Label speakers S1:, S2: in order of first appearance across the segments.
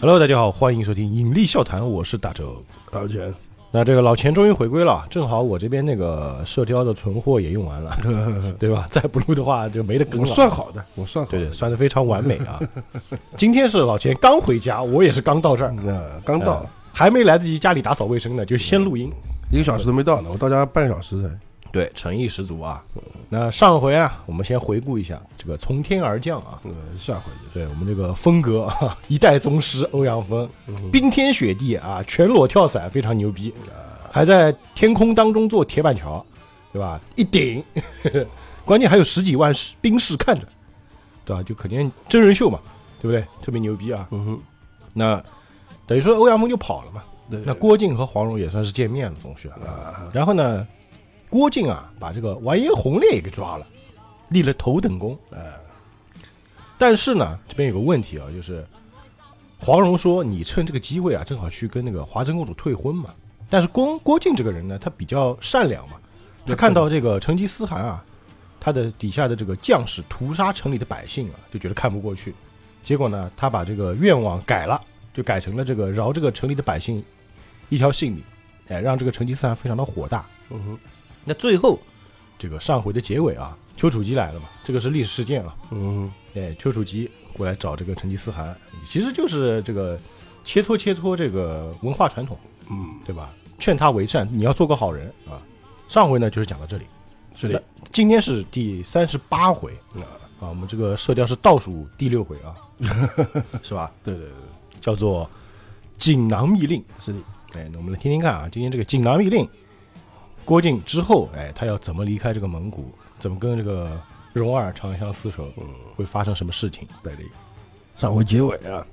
S1: Hello，大家好，欢迎收听《引力笑谈》，我是大周。
S2: 老钱，
S1: 那这个老钱终于回归了，正好我这边那个射雕的存货也用完了， 对吧？再不录的话就没得更
S2: 我
S1: 了。
S2: 算好的，我算好
S1: 对
S2: 的
S1: 对，。算的非常完美啊！今天是老钱刚回家，我也是刚到这儿，
S2: 那刚到
S1: 呃，还没来得及家里打扫卫生呢，就先录音。
S2: 一个小时都没到呢，我到家半小时才。
S1: 对，诚意十足啊！那上回啊，我们先回顾一下这个从天而降啊，
S2: 呃，下回就
S1: 对我们这个风格啊，一代宗师欧阳锋，冰天雪地啊，全裸跳伞非常牛逼，啊还在天空当中做铁板桥，对吧？一顶， 关键还有十几万兵士看着，对吧？就肯定真人秀嘛，对不对？特别牛逼啊！
S2: 嗯哼，
S1: 那等于说欧阳锋就跑了嘛，
S2: 对
S1: 那郭靖和黄蓉也算是见面了，总算。
S2: 啊，
S1: 然后呢，郭靖啊，把这个完颜洪烈也给抓了，立了头等功。哎、但是呢，这边有个问题啊，就是黄蓉说你趁这个机会啊，正好去跟那个华筝公主退婚嘛。但是郭郭靖这个人呢，他比较善良嘛，他看到这个成吉思汗啊，他的底下的这个将士屠杀城里的百姓啊，就觉得看不过去，结果呢，他把这个愿望改了，就改成了这个饶这个城里的百姓一条性命，哎，让这个成吉思汗非常的火大。
S2: 嗯哼，
S1: 那最后这个上回的结尾啊，丘处机来了嘛，这个是历史事件啊。
S2: 嗯
S1: 哎，丘处机过来找这个成吉思汗，其实就是这个切磋切磋这个文化传统，
S2: 哼，嗯，
S1: 对吧？劝他为善，你要做个好人啊。上回呢就是讲到这里，
S2: 是的，
S1: 今天是第三十八回啊，我们这个射雕是倒数第六回 啊，是吧？
S2: 对对对，
S1: 叫做锦囊密令。
S2: 是的，
S1: 哎，那我们来听听看啊，今天这个锦囊密令，郭靖之后，哎，他要怎么离开这个蒙古，怎么跟这个蓉儿长相厮守，
S2: 嗯，
S1: 会发生什么事情？
S2: 对的。上回结尾啊，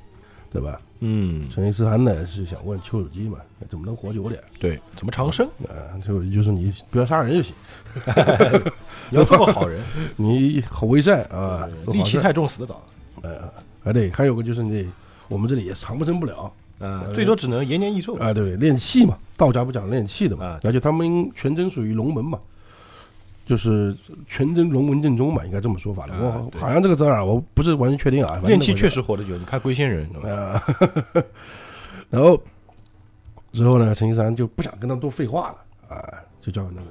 S2: 对吧？
S1: 嗯，
S2: 成吉思汗呢是想问丘处机嘛，怎么能活久点？
S1: 对，怎么长生？
S2: 啊，丘处机就说你不要杀人就行，
S1: 你要做个好 人，
S2: 你好为善啊，做
S1: 戾
S2: 好
S1: 气
S2: 事
S1: 太重，死得早。
S2: 呃，还得还有个就是你，我们这里也长生不了。
S1: 嗯，最多只能延年益寿。
S2: 啊，对对，练气嘛，道家不讲练气的嘛，
S1: 啊
S2: 而且他们全真属于龙门嘛，就是全真龙门正宗嘛，应该这么说法了。
S1: 啊
S2: 我
S1: 对
S2: 好像这个字儿啊，我不是完全确定啊，
S1: 练气确
S2: 实
S1: 实活得久，哎你看龟仙人，对吧
S2: 啊。 然后之后呢，成吉思汗就不想跟他多废话了啊，就叫那个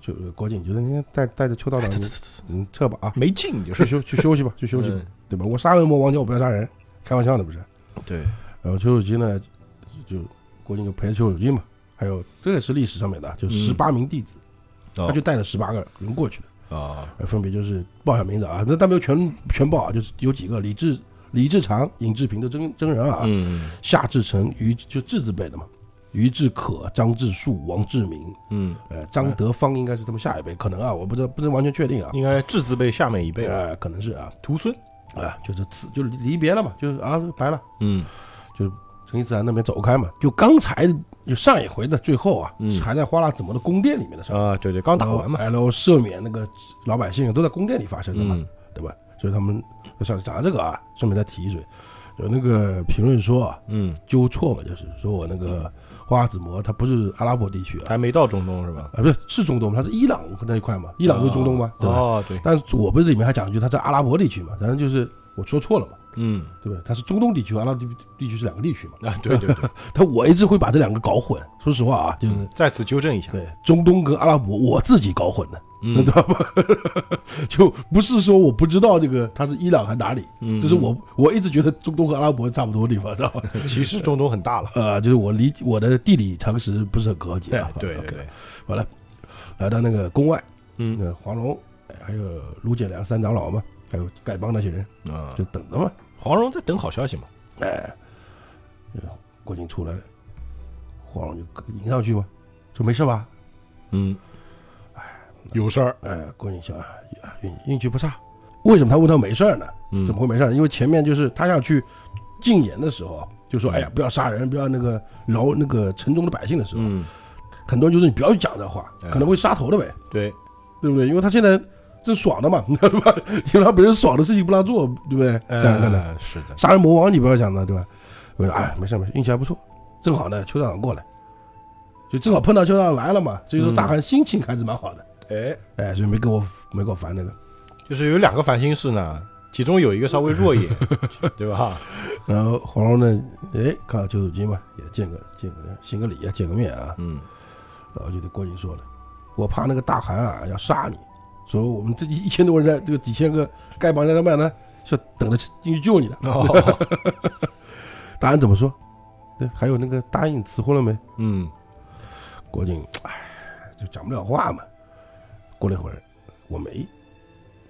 S2: 就郭靖，就是你带带着邱道长，
S1: 呲呲
S2: 你
S1: 呲呲
S2: 你撤吧啊，
S1: 没劲，你就
S2: 去
S1: 是
S2: 休去休息吧，去休息吧，
S1: 嗯
S2: 对吧？我杀人魔王叫我不要杀人，开玩笑的不是？
S1: 对，
S2: 然后丘处机呢，就郭靖就陪着丘处机嘛，还有这个是历史上面的啊，就十八名弟子，
S1: 他
S2: 他就带了十八个人过去的，
S1: 啊，
S2: 呃分别就是报一下名字啊，那但没有全全报啊，就是有几个李志、李志常、尹志平的真真人啊，
S1: 嗯
S2: 夏志诚、于就志字辈的嘛，于志可、张志树、王志明，
S1: 嗯，
S2: 呃，张德芳应该是他们下一辈，可能啊，我不知道，不是完全确定啊，
S1: 应该质字辈下面一辈，
S2: 呃，可能是啊，
S1: 徒孙，
S2: 啊，就是此就离别了嘛，就是啊，拜了。
S1: 嗯
S2: 成吉思汗那边走开嘛，就刚才就上一回的最后啊，
S1: 嗯
S2: 还在花剌子模的宫殿里面的事儿，
S1: 啊，对对，刚打完嘛，
S2: 然后赦免那个老百姓都在宫殿里发生的嘛，
S1: 嗯
S2: 对吧？所以他们想讲到这个啊，顺便再提一嘴，有那个评论说啊，
S1: 嗯，
S2: 纠错嘛，就是说我那个花剌子模它不是阿拉伯地区啊，
S1: 还没到中东是吧？
S2: 啊不是是中东嘛，它是伊朗那一块嘛，伊朗不是中东吗？对吧？
S1: 哦，对，
S2: 但是我不是里面还讲一句，它在阿拉伯地区嘛，反正就是我说错了嘛，
S1: 嗯
S2: 对不对？它是中东地区，阿拉伯地地区是两个地区嘛。
S1: 啊，对对 对，
S2: 他我一直会把这两个搞混，说实话啊，就是、
S1: 再次纠正一下，
S2: 对中东跟阿拉伯，我自己搞混的，
S1: 嗯
S2: 知道吧？就不是说我不知道这个它是伊朗还哪里，
S1: 嗯
S2: 就是我我一直觉得中东和阿拉伯差不多的地方，知道吧？
S1: 其实中东很大了，
S2: 呃，就是我理我的地理常识不是很高级啊。
S1: 对
S2: OK，
S1: 对，
S2: 完了，来到那个宫外，
S1: 嗯
S2: 那黄蓉哎还有卢建良三长老嘛，还有丐帮那些人
S1: 啊
S2: 就，等着嘛，
S1: 黄蓉在等好消息嘛，
S2: 郭靖出来了，黄蓉就迎上去嘛，说没事吧？
S1: 嗯，有事儿，
S2: 哎，郭靖想啊，运运气不差。为什么他问他没事儿呢？
S1: 嗯
S2: 怎么会没事儿？因为前面就是他要去禁言的时候啊，就说：“哎呀，不要杀人，不要那个饶那个城中的百姓的时候，
S1: 嗯，
S2: 很多人就是你不要去讲这话，
S1: 哎
S2: 可能会杀头的呗，
S1: 对，
S2: 对不对？因为他现在正爽的嘛， 对吧？你让别人爽的事情不让做，对不对？这样看的，
S1: 呃，是的，
S2: 杀人魔王你不要讲了，对吧？我说哎，没事没事，运气还不错，正好呢，邱道长过来，就正好碰到邱道长来了嘛，所以
S1: 嗯
S2: 说大汗心情还是蛮好的，
S1: 哎，
S2: 哎，所以没给我没给我烦那个。”
S1: 就是有两个烦心事呢，其中有一个稍微弱一 点，对吧？
S2: 然后黄蓉呢，哎，看到旧手机嘛，也见个见个行个礼啊，见个面啊，
S1: 嗯，
S2: 然后就对郭靖说了，我怕那个大汗啊要杀你，说我们这一千多人在这个几千个丐帮在那办呢，是等着进去救你的。
S1: 哦，
S2: 答案怎么说？对，还有那个答应辞婚了没？
S1: 嗯，
S2: 郭靖，哎，就讲不了话嘛。过了一会儿，我没，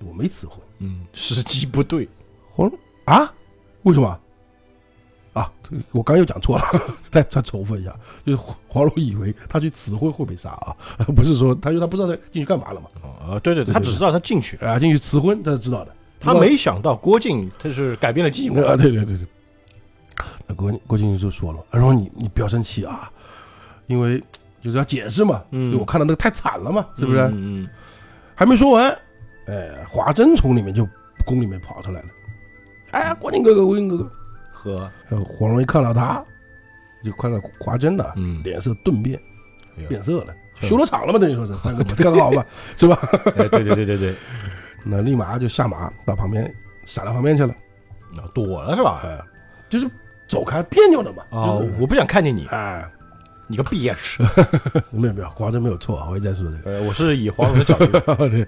S2: 我没辞婚。
S1: 嗯，时机不对，
S2: 黄蓉啊？为什么？啊，这我刚又讲错了， 再再重复一下，就是黄蓉以为他去辞婚会被杀啊，不是说他因为他不知道他进去干嘛了嘛，
S1: 哦，对对，
S2: 对
S1: 他
S2: 对
S1: 只知道他进去，
S2: 啊，进去辞婚他是知道的，
S1: 他没想到郭靖他是改变了计划，
S2: 啊， 对对对对。那郭靖郭靖就说了，他说你你不要生气啊，因为就是要解释嘛，
S1: 嗯
S2: 就我看到那个太惨了嘛，是不是？
S1: 嗯嗯
S2: 还没说完，哎，华筝从里面就宫里面跑出来了，哎，郭靖哥哥，郭靖哥哥，
S1: 和
S2: 呃黄蓉一看到他，就看到华筝了，
S1: 嗯
S2: 脸色顿变，
S1: 哎呦
S2: 变色了，
S1: 是
S2: 修了场了嘛，等于说是三个干得好嘛，是吧？
S1: 哎，对对对对对，
S2: 那立马就下马到旁边闪到旁边去了，
S1: 那啊躲了是吧？
S2: 哎，就是走开别扭了嘛，
S1: 啊
S2: 就是，
S1: 我不想看见你，
S2: 哎，
S1: 你个逼眼屎！
S2: 没有没有，华筝没有错，我一再说这
S1: 呃，我是以黄蓉的角 度，
S2: 个，对，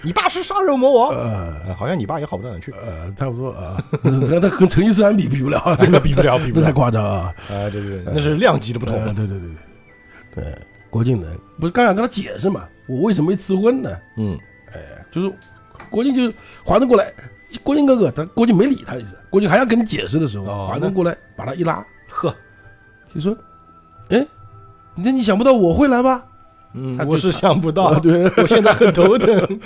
S1: 你爸是杀人魔王，
S2: 呃
S1: 呃好像你爸也好不到哪 去，
S2: 呃，差不多啊，那他跟成吉思汗比比不了啊，这
S1: 真
S2: 个
S1: 的比不了，比不
S2: 这太
S1: 了。
S2: 夸张啊。
S1: 啊， 对对对，那是量级的不同。
S2: 呃对对对对，对，郭靖呢，不是刚想跟他解释嘛，我为什么没辞婚呢？
S1: 嗯，
S2: 哎，就是郭靖就华筝过来，郭靖哥哥，他郭靖没理他一次，郭靖还要跟你解释的时候，
S1: 哦
S2: 华
S1: 那
S2: 筝过来把他一拉，
S1: 呵，
S2: 就说，哎，那你想不到我会来吧？
S1: 嗯
S2: 他，就
S1: 我是想不
S2: 啊，
S1: 到，
S2: 对，
S1: 我现在很头疼。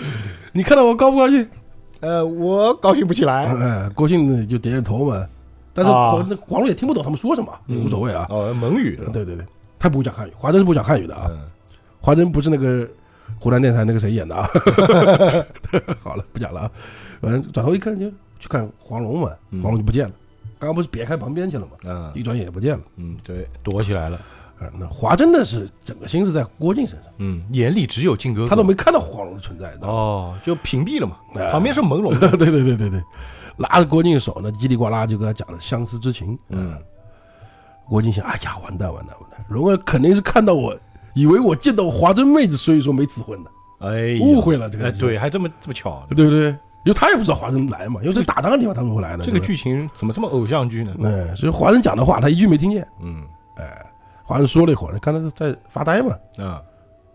S2: 你看到我高不高兴？
S1: 呃，我高兴不起来。
S2: 哎，郭靖呢就点点头嘛，但是
S1: 啊
S2: 黄那黄蓉也听不懂他们说什么，也无所谓啊。
S1: 哦，蒙语的。
S2: 对对对，他不会讲汉语，华筝是不会讲汉语的 啊。
S1: 嗯，
S2: 华筝不是那个湖南电视台那个谁演的啊？ 好了，不讲了啊。反正转头一看就去看黄蓉嘛，
S1: 嗯
S2: 黄蓉就不见了。刚刚不是别开旁边去了嘛，
S1: 啊，
S2: 一转眼也不见了。
S1: 嗯，对，躲起来了。
S2: 啊，那华筝呢是整个心思在郭靖身上，
S1: 嗯，眼里只有靖哥哥，
S2: 他都没看到黄蓉的存在，你知道吗？
S1: 哦，就屏蔽了嘛。
S2: 哎
S1: 旁边是朦胧的。
S2: 对对对对对，拉着郭靖的手呢，叽里呱啦就跟他讲了相思之情。呃
S1: 嗯，
S2: 郭靖想，哎呀，完蛋完蛋完蛋，蓉儿肯定是看到我，以为我见到华筝妹子，所以说没辞婚的，
S1: 哎，
S2: 误。会了这个
S1: 哎，
S2: 人。
S1: 对，还这么这么巧，
S2: 对不对？因为他也不知道华生来嘛，因为这打仗的地方他们会来的。
S1: 这个
S2: 对
S1: 剧情怎么这么偶像剧呢
S2: 不？对，嗯，所以华生讲的话他一句没听见。
S1: 嗯，
S2: 华生说了一会儿，看他在发呆嘛，
S1: 啊，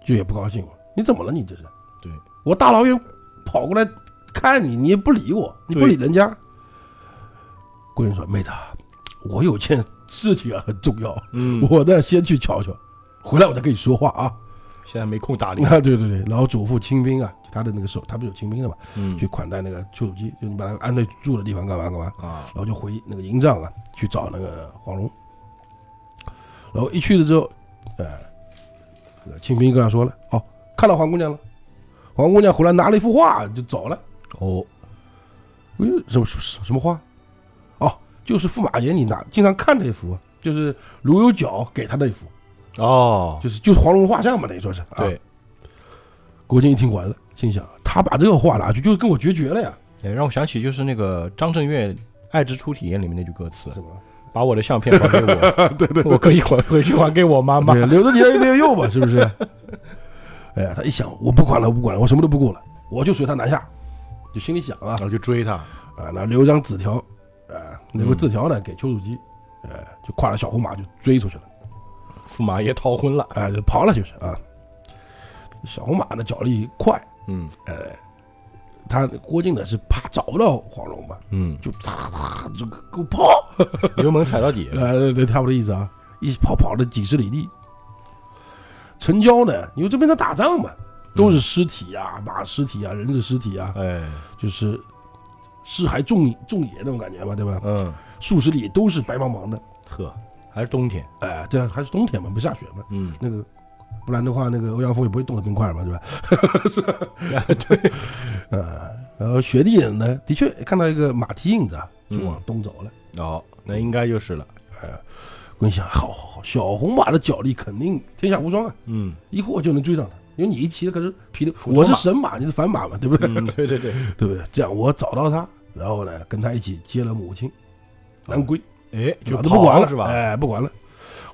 S2: 就也不高兴了。你怎么了？你这是？
S1: 对，
S2: 我大老远跑过来看你，你也不理我，你不
S1: 对
S2: 理人家。贵人说：“妹子啊，我有件事情啊很重要，
S1: 嗯，
S2: 我呢先去瞧瞧，回来我再跟你说话啊。
S1: 现在没空搭”理。
S2: 啊，对对对，然后嘱咐清兵啊，就他的那个手，他不是有清兵的嘛，
S1: 嗯
S2: 去，款待那个丘处机，就你把他安顿住的地方干嘛干嘛。
S1: 啊，
S2: 然后就回那个营帐啊，去找那个黄蓉。然后一去了之后，呃，这个清兵跟他说了，哦，看到黄姑娘了，黄姑娘回来拿了一幅画就走了。
S1: 哦，
S2: 哎，什么什么什么画？哦，就是驸马爷你拿经常看的一幅，啊就是卢有角给他的一幅，
S1: 哦，
S2: 就是就是黄蓉的画像嘛，等于说是。啊、，
S1: 对，
S2: 郭靖一听完了，心想他把这个画拿去就是跟我决绝了呀，
S1: 哎，让我想起就是那个张震岳《爱之初体验》里面那句歌词
S2: 是：“吧？
S1: 把我的相片还给我， 对对，我可以还回去还给我妈妈。
S2: 对，留着你的也没有用嘛，是不是？ 哎呀，他一想，我不管了，我不管了，我什么都不顾了，我就随他南下，就心里想啊
S1: 然后就追他，
S2: 啊，那留一张纸条，啊，留个字条呢给丘处机，呃，就跨着小红马就追出去了，
S1: 驸马爷逃婚了。
S2: 啊，就跑了就是啊。小红马呢脚力快，
S1: 嗯
S2: 呃，他郭靖呢是怕找不到黄蓉嘛，
S1: 嗯，
S2: 就嚓就给我跑，
S1: 油门踩到底。
S2: 呃，对，差不多意思啊，一跑跑了几十里地。城郊呢，因为这边在打仗嘛，都
S1: 嗯
S2: 是尸体啊，马尸体啊，人的尸体啊，
S1: 哎，
S2: 就是尸骸重重野那种感觉嘛，对吧？
S1: 嗯，
S2: 数十里都是白茫茫的，
S1: 呵，还是冬天。
S2: 哎、这还是冬天嘛，不下雪嘛，
S1: 嗯，
S2: 那个不然的话，那个欧阳锋也不会冻得冰块嘛，对吧？
S1: 对，
S2: 呃，然后雪地人呢，的确看到一个马蹄印子啊，
S1: 嗯
S2: 就往东走了。
S1: 哦，那应该就是了。
S2: 我一想，好好好，小红马的脚力肯定天下无双啊，
S1: 嗯
S2: 一会儿就能追上他，因为你一骑的可是皮的，
S1: 普通
S2: 我
S1: 马嗯
S2: 是神马，你是反马嘛，对不对？
S1: 嗯，对对对，
S2: 对不对？这样我找到他，然后呢，跟他一起接了母亲南归，
S1: 哎，就
S2: 老子
S1: 跑
S2: 不管了
S1: 是吧？
S2: 哎，不管了。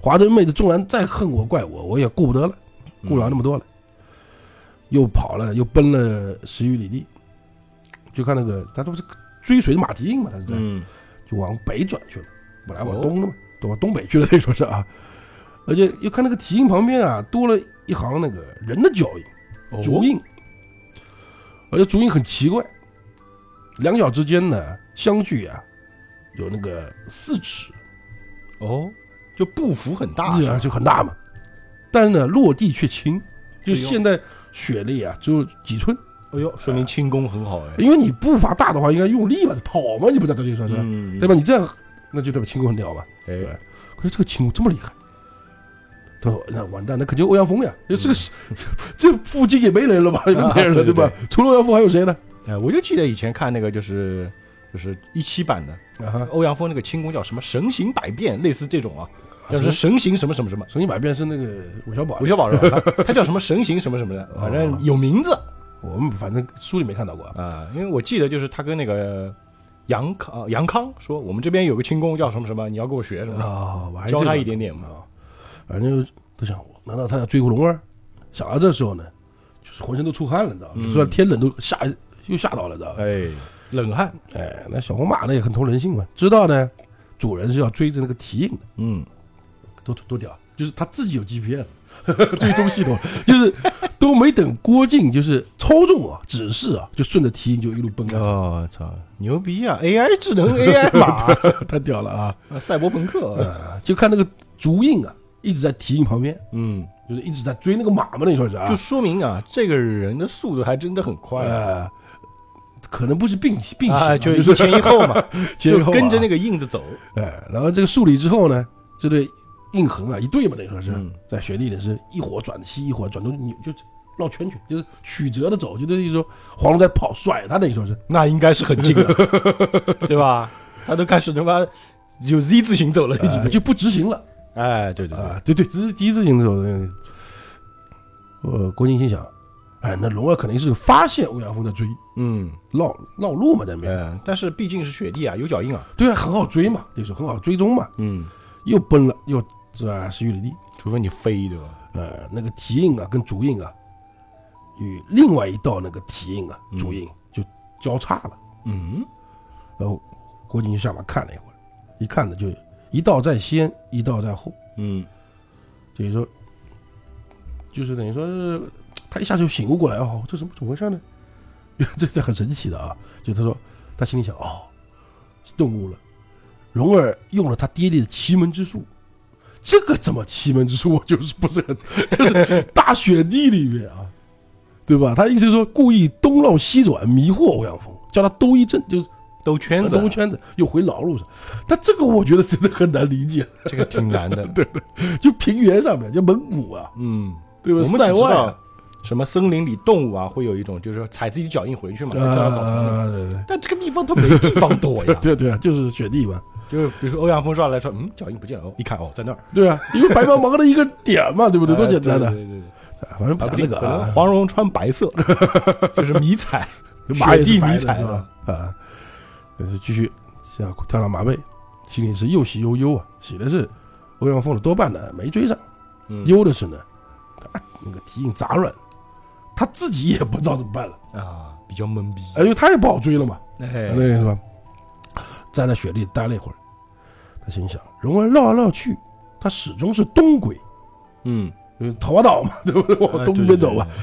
S2: 华筝妹子纵然再恨我怪我，我也顾不得了，
S1: 嗯
S2: 顾不了那么多了。又跑了，又奔了十余里地，就看那个，他这不是追随马蹄印嘛？他是在、
S1: 嗯，
S2: 就往北转去了，本来往
S1: 哦
S2: 东了嘛，都往东北去了， 可以说是啊。而且又看那个蹄印旁边啊，多了一行那个人的脚印。足
S1: 哦，
S2: 印，而且足印很奇怪，两脚之间呢相距啊有那个四尺，
S1: 哦，就步幅很大，
S2: 力
S1: 是
S2: 啊
S1: 吧？
S2: 就很大嘛，但是呢落地却轻，就
S1: 哎呦
S2: 现在雪地啊只有几寸，
S1: 哎呦，说明轻功很好哎。
S2: 因为你步伐大的话应该用力嘛，跑嘛你不在这里算是吧，
S1: 嗯，
S2: 对吧？你这样那就代表轻功很屌吧？
S1: 哎，
S2: 可是这个轻功这么厉害。他说：“那完蛋，那肯定欧阳锋呀！就这个、 这附近也没人了吧？也没人了，
S1: 嗯啊对
S2: 吧？除了欧阳锋还有谁呢？
S1: 哎，我就记得以前看那个就是就是一七版的
S2: 啊哈，
S1: 欧阳锋那个轻功叫什么神行百变，类似这种啊，
S2: 就
S1: 叫是神行什么什么什么。
S2: 神奇百变是那个韦小宝
S1: 韦，小宝是吧？他他叫什么神行什么什 么的，反正有名字
S2: 我们反正书里没看到过啊。
S1: 啊。因为我记得就是他跟那个杨康啊杨康说，我们这边有个轻功叫什么什么，你要给我学什么，
S2: 啊，我还
S1: 教他一
S2: 点
S1: 点点嘛。
S2: 啊。反正都想，难道他要追过龙儿？想到这时候呢，就是浑身都出汗了，你知道吗？
S1: 嗯
S2: 虽然天冷都吓又吓到了，知道吧？
S1: 哎，冷汉，
S2: 哎，那小红马呢也很通人性嘛，知道呢主人是要追着那个蹄印的，
S1: 嗯，
S2: 多多屌，就是他自己有 GPS 追踪系统， 就是都没等郭靖就是抽中啊指示啊，就顺着蹄印就一路奔 啊，
S1: 哦，操，牛逼啊！AI 智 能 AI 马，
S2: 太屌了啊！
S1: 赛博朋克，
S2: 呃，就看那个足印啊，一直在蹄印旁边，
S1: 嗯，
S2: 就是一直在追那个马嘛，你说是啊？
S1: 就说明啊，这个人的速度还真的很快啊，
S2: 呃，可能不是并并行、
S1: 啊，就
S2: 就
S1: 一前 一后嘛，
S2: 前
S1: 就
S2: 一后啊
S1: 跟着那个印子走，
S2: 哎，然后这个树理之后呢，这对印痕啊一对嘛，等于说是、
S1: 嗯
S2: 在雪地里是一火转西，一火转东，你就绕圈圈，就是曲折的走，就等于说黄龙在跑甩他，等于说是
S1: 那应该是很近了， 对吧？他都开始他妈有 Z 字形走了，已
S2: 呃
S1: 经。
S2: 就不执行了
S1: 啊哎，对对对，
S2: 啊、对对，只是第一次行的时候，嗯呃，郭靖心想，哎，那龙儿肯定是发现欧阳锋在追，
S1: 嗯，
S2: 绕绕路嘛，在那边。
S1: 哎，但是毕竟是雪地啊，有脚印啊，
S2: 对啊，很好追嘛，就是很好追踪嘛。
S1: 嗯，
S2: 又奔了，又是吧？十余里地，
S1: 除非你飞，对吧？
S2: 呃，那个蹄印啊，跟足印啊，与另外一道那个蹄印啊
S1: 嗯，
S2: 足印就交叉了。
S1: 嗯，
S2: 然后郭靖就下马看了一会儿，一看呢，就一道在先，一道在后，
S1: 嗯，
S2: 等于说，就是等于说是，他一下就醒悟过来，哦，这怎么怎么回事呢？ 这这很神奇的啊！就他说，他心里想，哦，顿悟了，蓉儿用了他爹爹的奇门之术，这个怎么奇门之术？我就是不是很，就是大雪地里面啊，对吧？他意思是说故意东绕西转迷惑欧阳锋，叫他兜一阵，就是
S1: 兜圈子啊，
S2: 兜圈子，又回老路上。但这个我觉得真的很难理解，
S1: 这个挺难 的。对，
S2: 就平原上面，就蒙古啊，
S1: 嗯，
S2: 对
S1: 我
S2: 吧？
S1: 们只
S2: 塞
S1: 知
S2: 外啊
S1: 道。什么森林里动物啊，会有一种就是说踩自己脚印回去嘛，叫它走
S2: 啊
S1: 嘛。
S2: 对对
S1: 但这个地方它没地方躲
S2: 对
S1: 呀，
S2: 对对啊，就是雪地嘛，
S1: 就是比如说欧阳锋上来说，嗯，脚印不见了，哦一看哦，在那儿，
S2: 对啊，因为白茫茫的一个点嘛，对不对？多
S1: 哎
S2: 简单的，
S1: 对对对对。
S2: 啊反正不
S1: 啊，
S2: 打
S1: 不
S2: 那
S1: 定
S2: 个
S1: 可能
S2: 啊，
S1: 黄蓉穿白 色，就是迷彩。
S2: 马也是
S1: 雪地
S2: 白
S1: 迷
S2: 的
S1: 彩
S2: 是吧？啊，但是继续这样跳上马背，心里是又喜又忧啊，喜的是欧阳锋的多半呢没追上，
S1: 嗯
S2: 忧的是呢，他那个蹄印砸软，他自己也不知道怎么办了，
S1: 啊，比较懵逼。
S2: 哎因为他也不好追了嘛，
S1: 哎
S2: 那个是吧？站在雪地里待了一会儿，他心想，蓉儿绕来绕去，他始终是东归。
S1: 嗯，
S2: 就是逃岛嘛， 对不对？往东边走吧，
S1: 哎。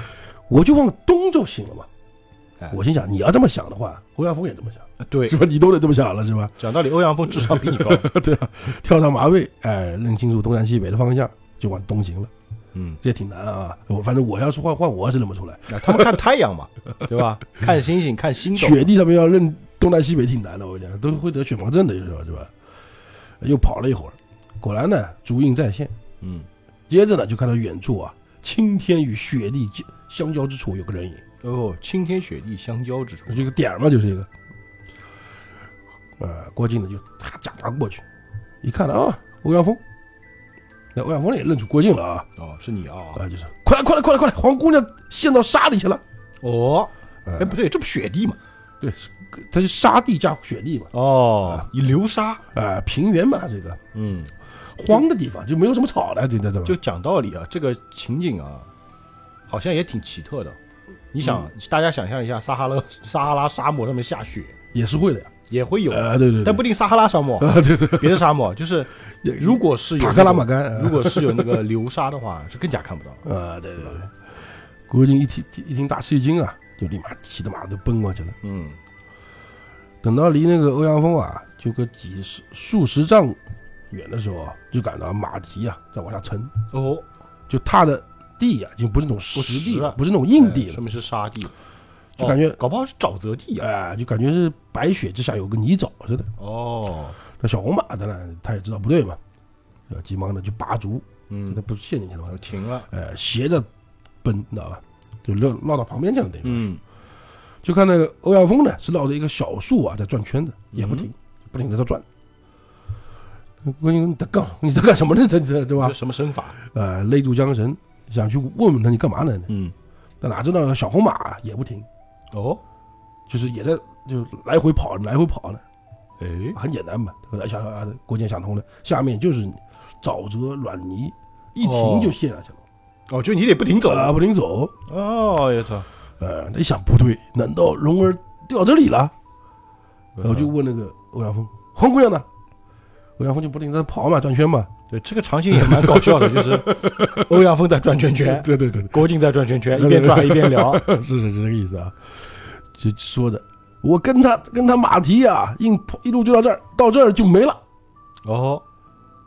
S2: 我就往东就行了嘛
S1: 哎。
S2: 我心想，你要这么想的话，欧阳锋也这么想，
S1: 对对对对
S2: 是
S1: 对，
S2: 吧？你都得这么想了，是吧？
S1: 讲道理，欧阳锋智商比你 高。
S2: 对啊，跳上马背，哎，认清楚东南西北的方向，就往东行了。
S1: 嗯，
S2: 这也挺难啊，我反正我要是换换，我是认不出来。
S1: 啊他们看太阳嘛，对吧？看星星，看星斗。
S2: 雪地上面要认东南西北挺难的，我跟你讲，都会得雪盲症的，就是说是吧？又跑了一会儿，果然呢，足印在现。
S1: 嗯，
S2: 接着呢，就看到远处啊，青天与雪地交相交之处有个人影。
S1: 哦，青天雪地相交之处。
S2: 这个点儿嘛，就是一个。呃，郭靖呢就咔假打过去，一看啊，欧阳锋，那欧阳锋也认出郭靖了啊，
S1: 哦，是你啊
S2: 啊、。就是快来快来快来快来，黄姑娘陷到沙里去了，
S1: 哦，
S2: 哎
S1: 哎，不对，这不雪地嘛？
S2: 对，是它是沙地加雪地嘛，
S1: 哦，
S2: 呃
S1: 以流沙，
S2: 啊、平原嘛，这个
S1: 嗯，
S2: 荒的地方就没有什么草的，对在这
S1: 就讲道理啊，这个情景啊，好像也挺奇特的。你想，
S2: 嗯
S1: 大家想象一下，撒哈拉撒哈拉沙漠上面下雪
S2: 也是会的呀，
S1: 也会有，
S2: 啊、对对对，
S1: 但不一定撒哈拉沙漠，
S2: 啊，对对，
S1: 别的沙漠就是，
S2: 也
S1: 如果是有
S2: 塔克拉玛
S1: 那个
S2: 干，啊
S1: 如果是有那个流沙的话，是更加看不到。
S2: 啊，对对对，郭靖一听一听大吃一惊啊，就立马气得马都奔过去了。
S1: 嗯，
S2: 等到离那个欧阳锋啊，就个几十数十丈远的时候啊，就感到马蹄啊在往下沉，
S1: 哦，
S2: 就踏的地啊，已经不是那种
S1: 石
S2: 实地
S1: 了
S2: 了，不是那种硬地
S1: 哎
S2: 了
S1: 说，明是沙地，
S2: 就感觉
S1: 哦搞不好是沼泽地啊。
S2: 哎，就感觉是白雪之下有个泥沼似的。
S1: 哦，
S2: 那小红马当然他也知道不对嘛，呃，急忙的就拔足，
S1: 嗯
S2: 他，不是陷进去了吗
S1: 我？停了。
S2: 呃，斜着奔，你知道吧？就绕绕到旁边去了，等于。
S1: 嗯，
S2: 就看那个欧阳锋呢，是绕着一个小树啊在转圈子，
S1: 嗯
S2: 也不停，不停的在转。郭靖，你在干你在干什么呢？这这对吧
S1: 这？什么身法？
S2: 呃，勒住缰绳，想去问问他你干嘛呢？
S1: 嗯，
S2: 但哪知道小红马啊也不停，
S1: 哦，
S2: 就是也在就来回跑，来回跑呢。
S1: 哎，
S2: 很简单嘛，后来想啊，郭靖想通了，下面就是沼泽软泥，一
S1: 哦
S2: 停就陷下去了，
S1: 哦，就你得不停走。
S2: 啊，不停走。
S1: 哦，我操！
S2: 呃，一想不对，难道蓉儿掉这里了？然后就
S1: 我操
S2: 问那个欧阳锋，黄姑娘呢？欧阳锋就不停地跑嘛，转圈嘛。
S1: 对这个场景也蛮搞笑的， 就是欧阳锋在转圈圈，
S2: 对对对，
S1: 郭靖在转圈圈，一边转一边聊。
S2: 是是是这个意思啊。就说的，我跟他跟他马蹄啊，硬跑一路就到这儿，到这儿就没了。
S1: 哦，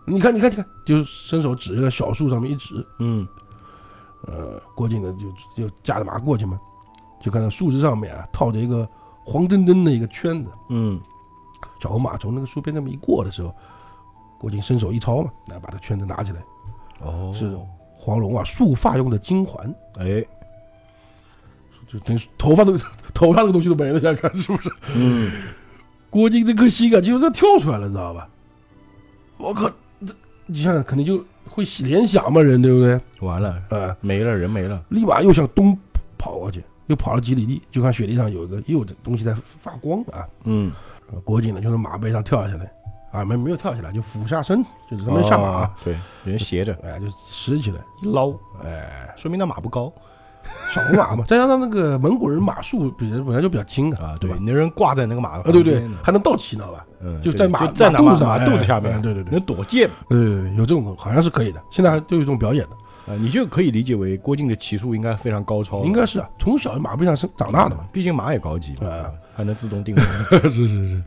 S2: 你看，你看，你看，就伸手指着小树上面一指。
S1: 嗯，
S2: 呃，郭靖呢就就驾着马过去嘛，就看到树枝上面啊套着一个黄澄澄的一个圈子。
S1: 嗯，
S2: 小红马从那个树边这么一过的时候，郭靖伸手一抄嘛，来把这圈子拿起来，
S1: 哦
S2: 是黄蓉啊束发用的金环。
S1: 哎，
S2: 就等于头发都 头上的东西都没了，想看是不是？
S1: 嗯，
S2: 郭靖这颗心啊，就这跳出来了，你知道吧？我靠，这你想想，肯定就会联想嘛，人对不对？啊、
S1: 完了，没了，人没了。
S2: 立马又向东跑过去，又跑了几里地，就看雪地上有一个又有东西在发光啊！
S1: 嗯，
S2: 郭靖呢，就从马背上跳下来，啊，没没有跳下来，就俯下身，就是他没下马、啊，
S1: 哦，对，人斜着
S2: 哎，就拾起来，
S1: 一捞，
S2: 哎，
S1: 说明那马不高
S2: 小红马嘛，再加上那个蒙古人马术本来本来就比较轻的
S1: 啊，
S2: 对
S1: 对
S2: 吧，？
S1: 你人挂在那个马的
S2: 啊，
S1: 旁
S2: 对
S1: 边
S2: 对
S1: 呢，，
S2: 还能倒骑，你知道吧？
S1: 嗯，
S2: 就
S1: 对
S2: 在马
S1: 就在
S2: 马
S1: 那
S2: 肚
S1: 马
S2: 上
S1: 马肚子下面
S2: 哎，对对对
S1: 能躲剑
S2: 呃，有这种好像是可以的，现在还都有这种表演的，
S1: 啊，你就可以理解为郭靖的骑术应该非常高超了，
S2: 哎应该是啊，从小马背上生长大的嘛。
S1: 毕竟马也高级
S2: 啊，
S1: 还能自动 定位。
S2: 是是是，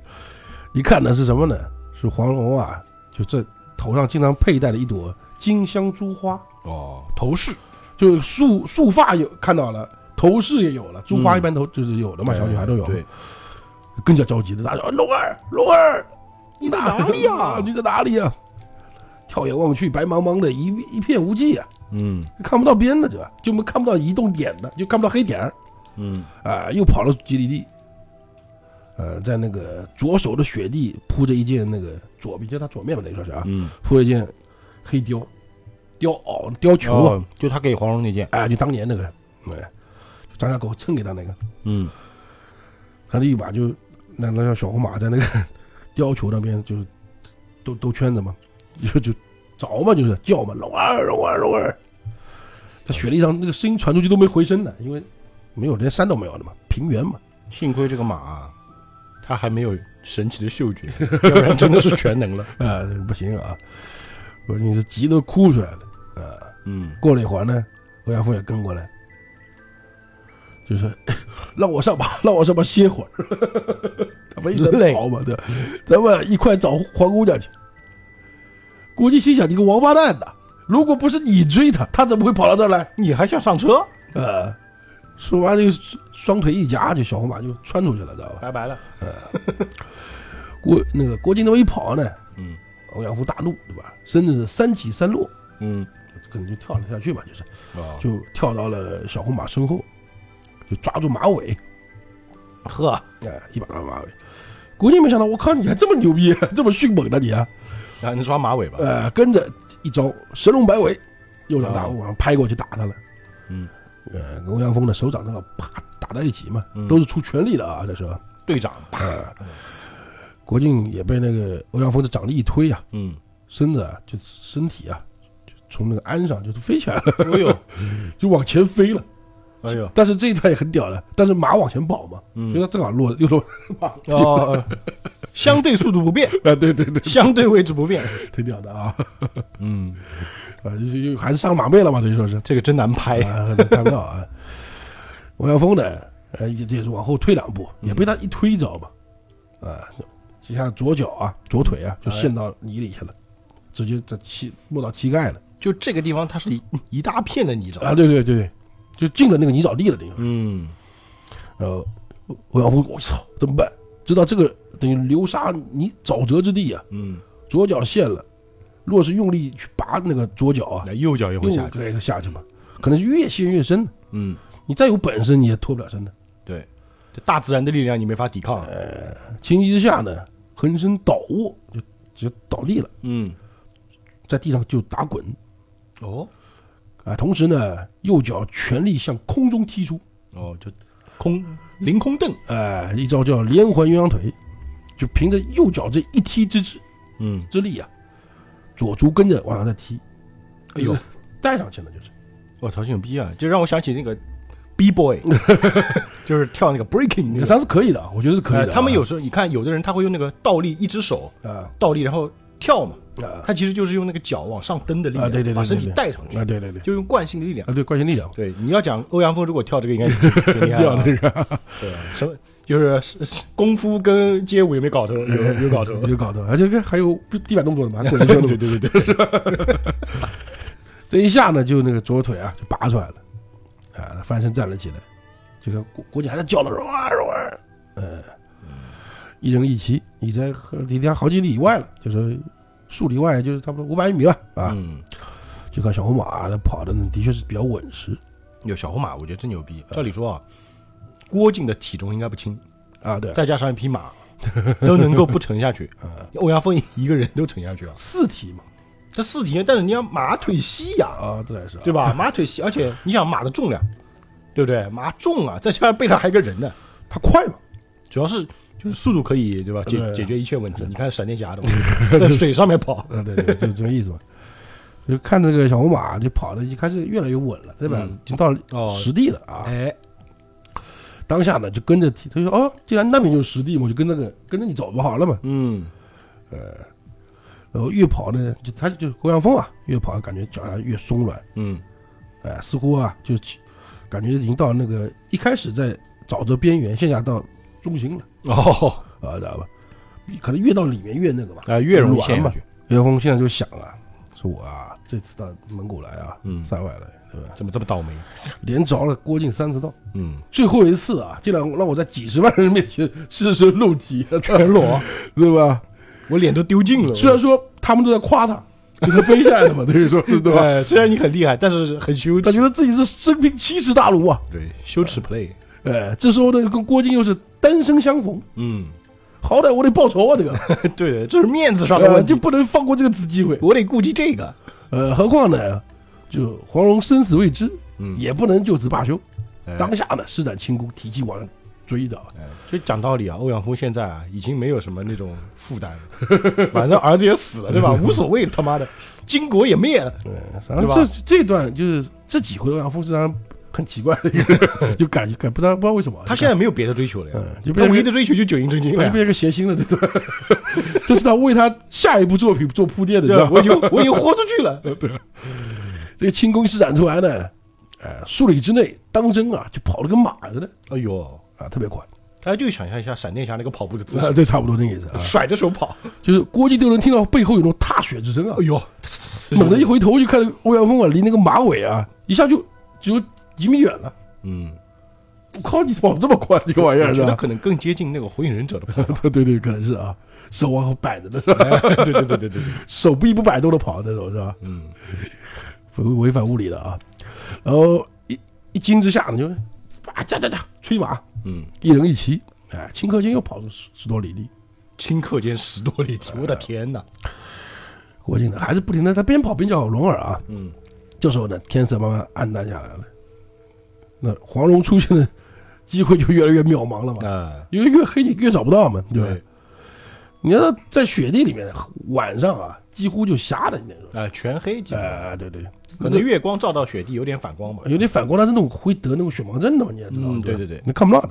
S2: 一看呢是什么呢？是黄蓉啊，就这头上经常佩戴的一朵金香珠花，
S1: 哦，头饰
S2: 就束束发有看到了，头饰也有了，珠花
S1: 嗯
S2: 一般头就是有的嘛，小女孩都有。
S1: 哎对，，
S2: 更加着急的大叫：“蓉儿，蓉儿，
S1: 你在哪里啊
S2: 你在哪里呀、跳眼望去，白茫茫的一一片无际啊，
S1: 嗯
S2: 看不到边的，对吧？就看不到移动点的，就看不到黑点儿。
S1: 嗯，
S2: 啊，又跑了几里地，呃，在那个左手的雪地铺着一件那个左臂，就他左面吧，等于说是啊，
S1: 嗯，
S2: 铺了一件黑貂，貂袄、貂裘啊，
S1: 哦就他给黄蓉那件，
S2: 哎，就当年那个，哎，张家狗蹭给他那个，
S1: 嗯，
S2: 他立马就那那小红马在那个 貂裘那边就兜兜圈子嘛，就就找嘛，就是叫嘛，龙儿，龙儿，龙儿，在雪地上那个声音传出去都没回声的，因为没有连山都没有的嘛，平原嘛。
S1: 幸亏这个马，它还没有神奇的嗅 觉，要不然真的是全能了。嗯
S2: 啊，不行啊，我你是急得哭出来了。
S1: 嗯，
S2: 过了一会儿呢，欧阳锋也跟过来，就说：“ 让我上吧，让 我上吧，歇会儿。” 他们一直在跑嘛，对吧，咱们一块找黄姑娘去。郭靖心想：“你个王八蛋呐！如果不是你追他，他怎么会跑到这儿来
S1: 你还想上车？？”
S2: 呃，说完就双腿一夹，就小红马就窜出去了，知道吧？
S1: 拜拜了。
S2: 郭那个郭靖那么一跑呢，
S1: 嗯
S2: 欧阳锋大怒，对吧？身子是三起三落，
S1: 嗯，
S2: 可能就跳了下去嘛，就是。
S1: 哦，
S2: 就跳到了小红马身后，就抓住马尾，
S1: 呵，
S2: 哎，一把抓马尾。郭靖没想到，我靠，你还这么牛逼， 这么迅猛的你啊！
S1: 啊，你抓马尾吧。
S2: 呃，跟着一招神龙摆尾，右掌大
S1: 哦
S2: 握，然后拍过去打他了。
S1: 嗯，
S2: 呃，欧阳锋的手掌正好啪打在一起嘛，
S1: 嗯
S2: 都是出全力的啊，这时候
S1: 队长，
S2: 呃，国靖也被那个欧阳锋的掌力一推啊，
S1: 嗯，
S2: 身子啊，就身体啊，就从那个鞍上就是飞起来了，
S1: 哎呦，
S2: 就往前飞了。
S1: 哎呦，
S2: 但是这一段也很屌的，但是马往前跑嘛，
S1: 嗯，
S2: 所以他正好落又落
S1: 哦， 呃相对速度不变，
S2: 啊，对对对，
S1: 相对位置不变，
S2: 挺屌的啊，
S1: 嗯，
S2: 啊，就就还是上马背了嘛，等于说是，
S1: 这个真难拍，
S2: 啊，看不到啊。王耀峰呢，呃，也也是往后退两步，也被他一推着嘛，啊，这下左脚啊，左腿啊，就陷到泥里去了，直接这膝没到膝盖了
S1: 就这个地方它是一一大片的泥
S2: 啊，
S1: 沼，
S2: 对对对对，就进了那个泥沼地了，等于说。
S1: 嗯，
S2: 然后王耀峰，我操，怎么办？知道这个等于流沙泥沼泽之地啊，
S1: 嗯，
S2: 左脚陷了，若是用力去拔那个左脚啊，
S1: 那右脚也会
S2: 又
S1: 下去，
S2: 可以下去嘛，可能是越陷越深的。
S1: 嗯，
S2: 你再有本事，你也脱不了身的。
S1: 对，这大自然的力量你没法抵抗，
S2: 呃情急之下呢，浑身倒卧，就就倒地了，
S1: 嗯，
S2: 在地上就打滚
S1: 哦，
S2: 啊。同时呢，右脚全力向空中踢出，
S1: 哦，就空凌空蹬，
S2: 哎、一招叫连环鸳鸯腿，就凭着右脚这一踢之之
S1: 嗯，
S2: 之力啊，左足跟着往上再踢，
S1: 哎呦，，
S2: 带上去了就是。
S1: 我操，这种逼啊，就让我想起那个 B boy，就是跳那个 breaking
S2: 你
S1: 那个。
S2: 看，是可以的，我觉得是可以
S1: 呃
S2: 的啊。
S1: 哎他们有时候你看，有的人他会用那个倒立，一只手
S2: 啊
S1: 倒立然后跳嘛，
S2: 啊
S1: 他其实就是用那个脚往上蹬的力量，
S2: 啊对对对
S1: 把身体
S2: 对对
S1: 带上去
S2: 啊，，对对对，
S1: 就用惯性的力量
S2: 啊。对，惯性力量，
S1: 对，你要讲欧阳锋如果跳这个，应该挺 挺厉害
S2: 掉
S1: 的啊。
S2: 那个
S1: 对，什么就是是是功夫跟街舞有没有搞头？ 有有搞头。
S2: 有搞头，而且还有地板动作 呢嘛，还滚一圈
S1: 对对对对，
S2: 这一下呢，就那个左腿啊就拔出来了，啊，翻身站了起来，就看郭郭靖还在叫呢，蓉儿蓉儿，呃，一人一骑，你在和离他好几里以外了，就是数里外，就是差不多五百米吧，啊，
S1: 嗯，
S2: 就看小红马啊那跑的呢，的确是比较稳实
S1: 有小红马，我觉得真牛逼。照理说啊，郭靖的体重应该不轻，
S2: 啊，对，
S1: 再加上一匹 马，都能够不沉下去。欧阳锋一个人都沉下去啊，
S2: 四蹄嘛，
S1: 这四体，但是你要马腿细呀、
S2: 啊，这也是啊
S1: 对吧？马腿细，而且你想马的重量，对不对？马重啊，再加上背上还有个人呢，
S2: 他快嘛，
S1: 主要是就是速度可以，对吧？解
S2: 对啊
S1: 解决一切问题。你看闪电 侠的嘛，在水上面跑，
S2: 啊，对对，就这个意思嘛。 就看这个小红马就跑的就开始越来越稳了，对吧？
S1: 嗯
S2: 已经到了
S1: 哦
S2: 实地了啊！
S1: 哎，
S2: 当下呢就跟着踢，他就说哦，既然那边就是实地嘛，我就跟那个跟着你走不好了嘛。
S1: 嗯，
S2: 然后越跑呢，就他就郭阳峰啊，越跑感觉脚下越松软，
S1: 嗯，
S2: 哎、似乎啊就起感觉已经到那个一开始在沼泽边缘，现在到中心了
S1: 哦，
S2: 啊，知道吧？可能越到里面越那个吧。
S1: 啊，越容易
S2: 软
S1: 陷下
S2: 嘛
S1: 去，
S2: 郭阳峰现在就想啊，说我啊这次到蒙古来啊，
S1: 嗯
S2: 塞外了，对吧？
S1: 怎么这么倒霉？
S2: 连着了郭靖三次道，
S1: 嗯，
S2: 最后一次啊，竟然让我在几十万人面前赤身露体，
S1: 全裸，
S2: 对吧？
S1: 我脸都丢尽了。
S2: 虽然说他们都在夸他，就是飞下来的嘛， 等于说是对吧？
S1: 哎虽然你很厉害，但是很羞
S2: 他
S1: 耻。
S2: 觉得自己是身披七尺大儒啊，
S1: 对，羞耻 play。
S2: 哎，这时候呢，跟郭靖又是单身相逢，
S1: 嗯，
S2: 好歹我得报仇啊，这个、
S1: 对的，这是面子上的
S2: 呃、
S1: 问题
S2: 就，不能放过这个次机会。
S1: 我得顾及这个。
S2: 呃，何况呢，就黄蓉生死未知，
S1: 嗯
S2: 也不能就此罢休。
S1: 哎
S2: 当下呢，施展轻功，提起往上追的啊，
S1: 哎，就讲道理啊，欧阳锋现在啊已经没有什么那种负担 了，反正儿子也死了，对吧？无所谓，他妈的，金国也灭了。
S2: 嗯，反
S1: 对
S2: 正
S1: 吧
S2: 这这段就是这几回欧阳锋是让人很奇怪的一 个人，就感觉感不知道不知道为什么，啊
S1: 他现在没有别的追求了呀，
S2: 嗯就
S1: 他
S2: 变成
S1: 唯一的追求就九阴真经
S2: 我
S1: 了
S2: 就
S1: 呀。
S2: 变成个谐星了，这 段，这是他为他下一部作品做铺垫的，你
S1: 对
S2: 知
S1: 吧，
S2: 道
S1: 我
S2: 吗
S1: 已？经我已经豁出去 了。
S2: 这个轻功施展出来呢，呃，数里之内当真啊，就跑得跟马似的
S1: 哎呦，
S2: 啊，特别快
S1: 大家就想象一下闪电侠那个跑步的姿
S2: 啊，
S1: 势，
S2: 这差不多那个意思啊。
S1: 甩着手跑。
S2: 就是郭靖都能听到背后有那种踏雪之声啊
S1: 哎，呦，
S2: 猛地一，回头就看欧阳锋啊，离那个马尾啊，一下就只有几米远了。
S1: 嗯，
S2: 我靠，你跑这么快，这个玩意
S1: 我
S2: 儿是
S1: 觉得
S2: 吧？
S1: 可能更接近那个火影忍者的跑法。
S2: 对对对，可能是啊，手往后摆着的是吧？
S1: 哎对对对对 对对，
S2: 手臂不摆动的跑那种是吧？
S1: 嗯，
S2: 违违反物理的啊。然后一一惊之下呢，就啊，驾驾驾，催马，
S1: 嗯，
S2: 一人一骑，哎，顷刻间又跑出十十多里地。
S1: 顷刻间十多里地，我的天哪！
S2: 郭靖呢，还是不停的，他边跑边叫龙儿啊。
S1: 嗯，
S2: 这时候呢，天色慢慢暗淡下来了。那黄蓉出现的机会就越来越渺茫了嘛。
S1: 啊，
S2: 因为越黑你越找不到嘛，对吧？
S1: 对，
S2: 你要在雪地里面晚上啊，几乎就瞎了，你那个。
S1: 啊，全黑基本上，
S2: 哎、对对，对
S1: 可能月光照到雪地有点反光嘛。
S2: 有点反光，但是那种会得那种雪盲症的，你也知道，
S1: 嗯，对
S2: 吧
S1: 对对，
S2: 你看不到的。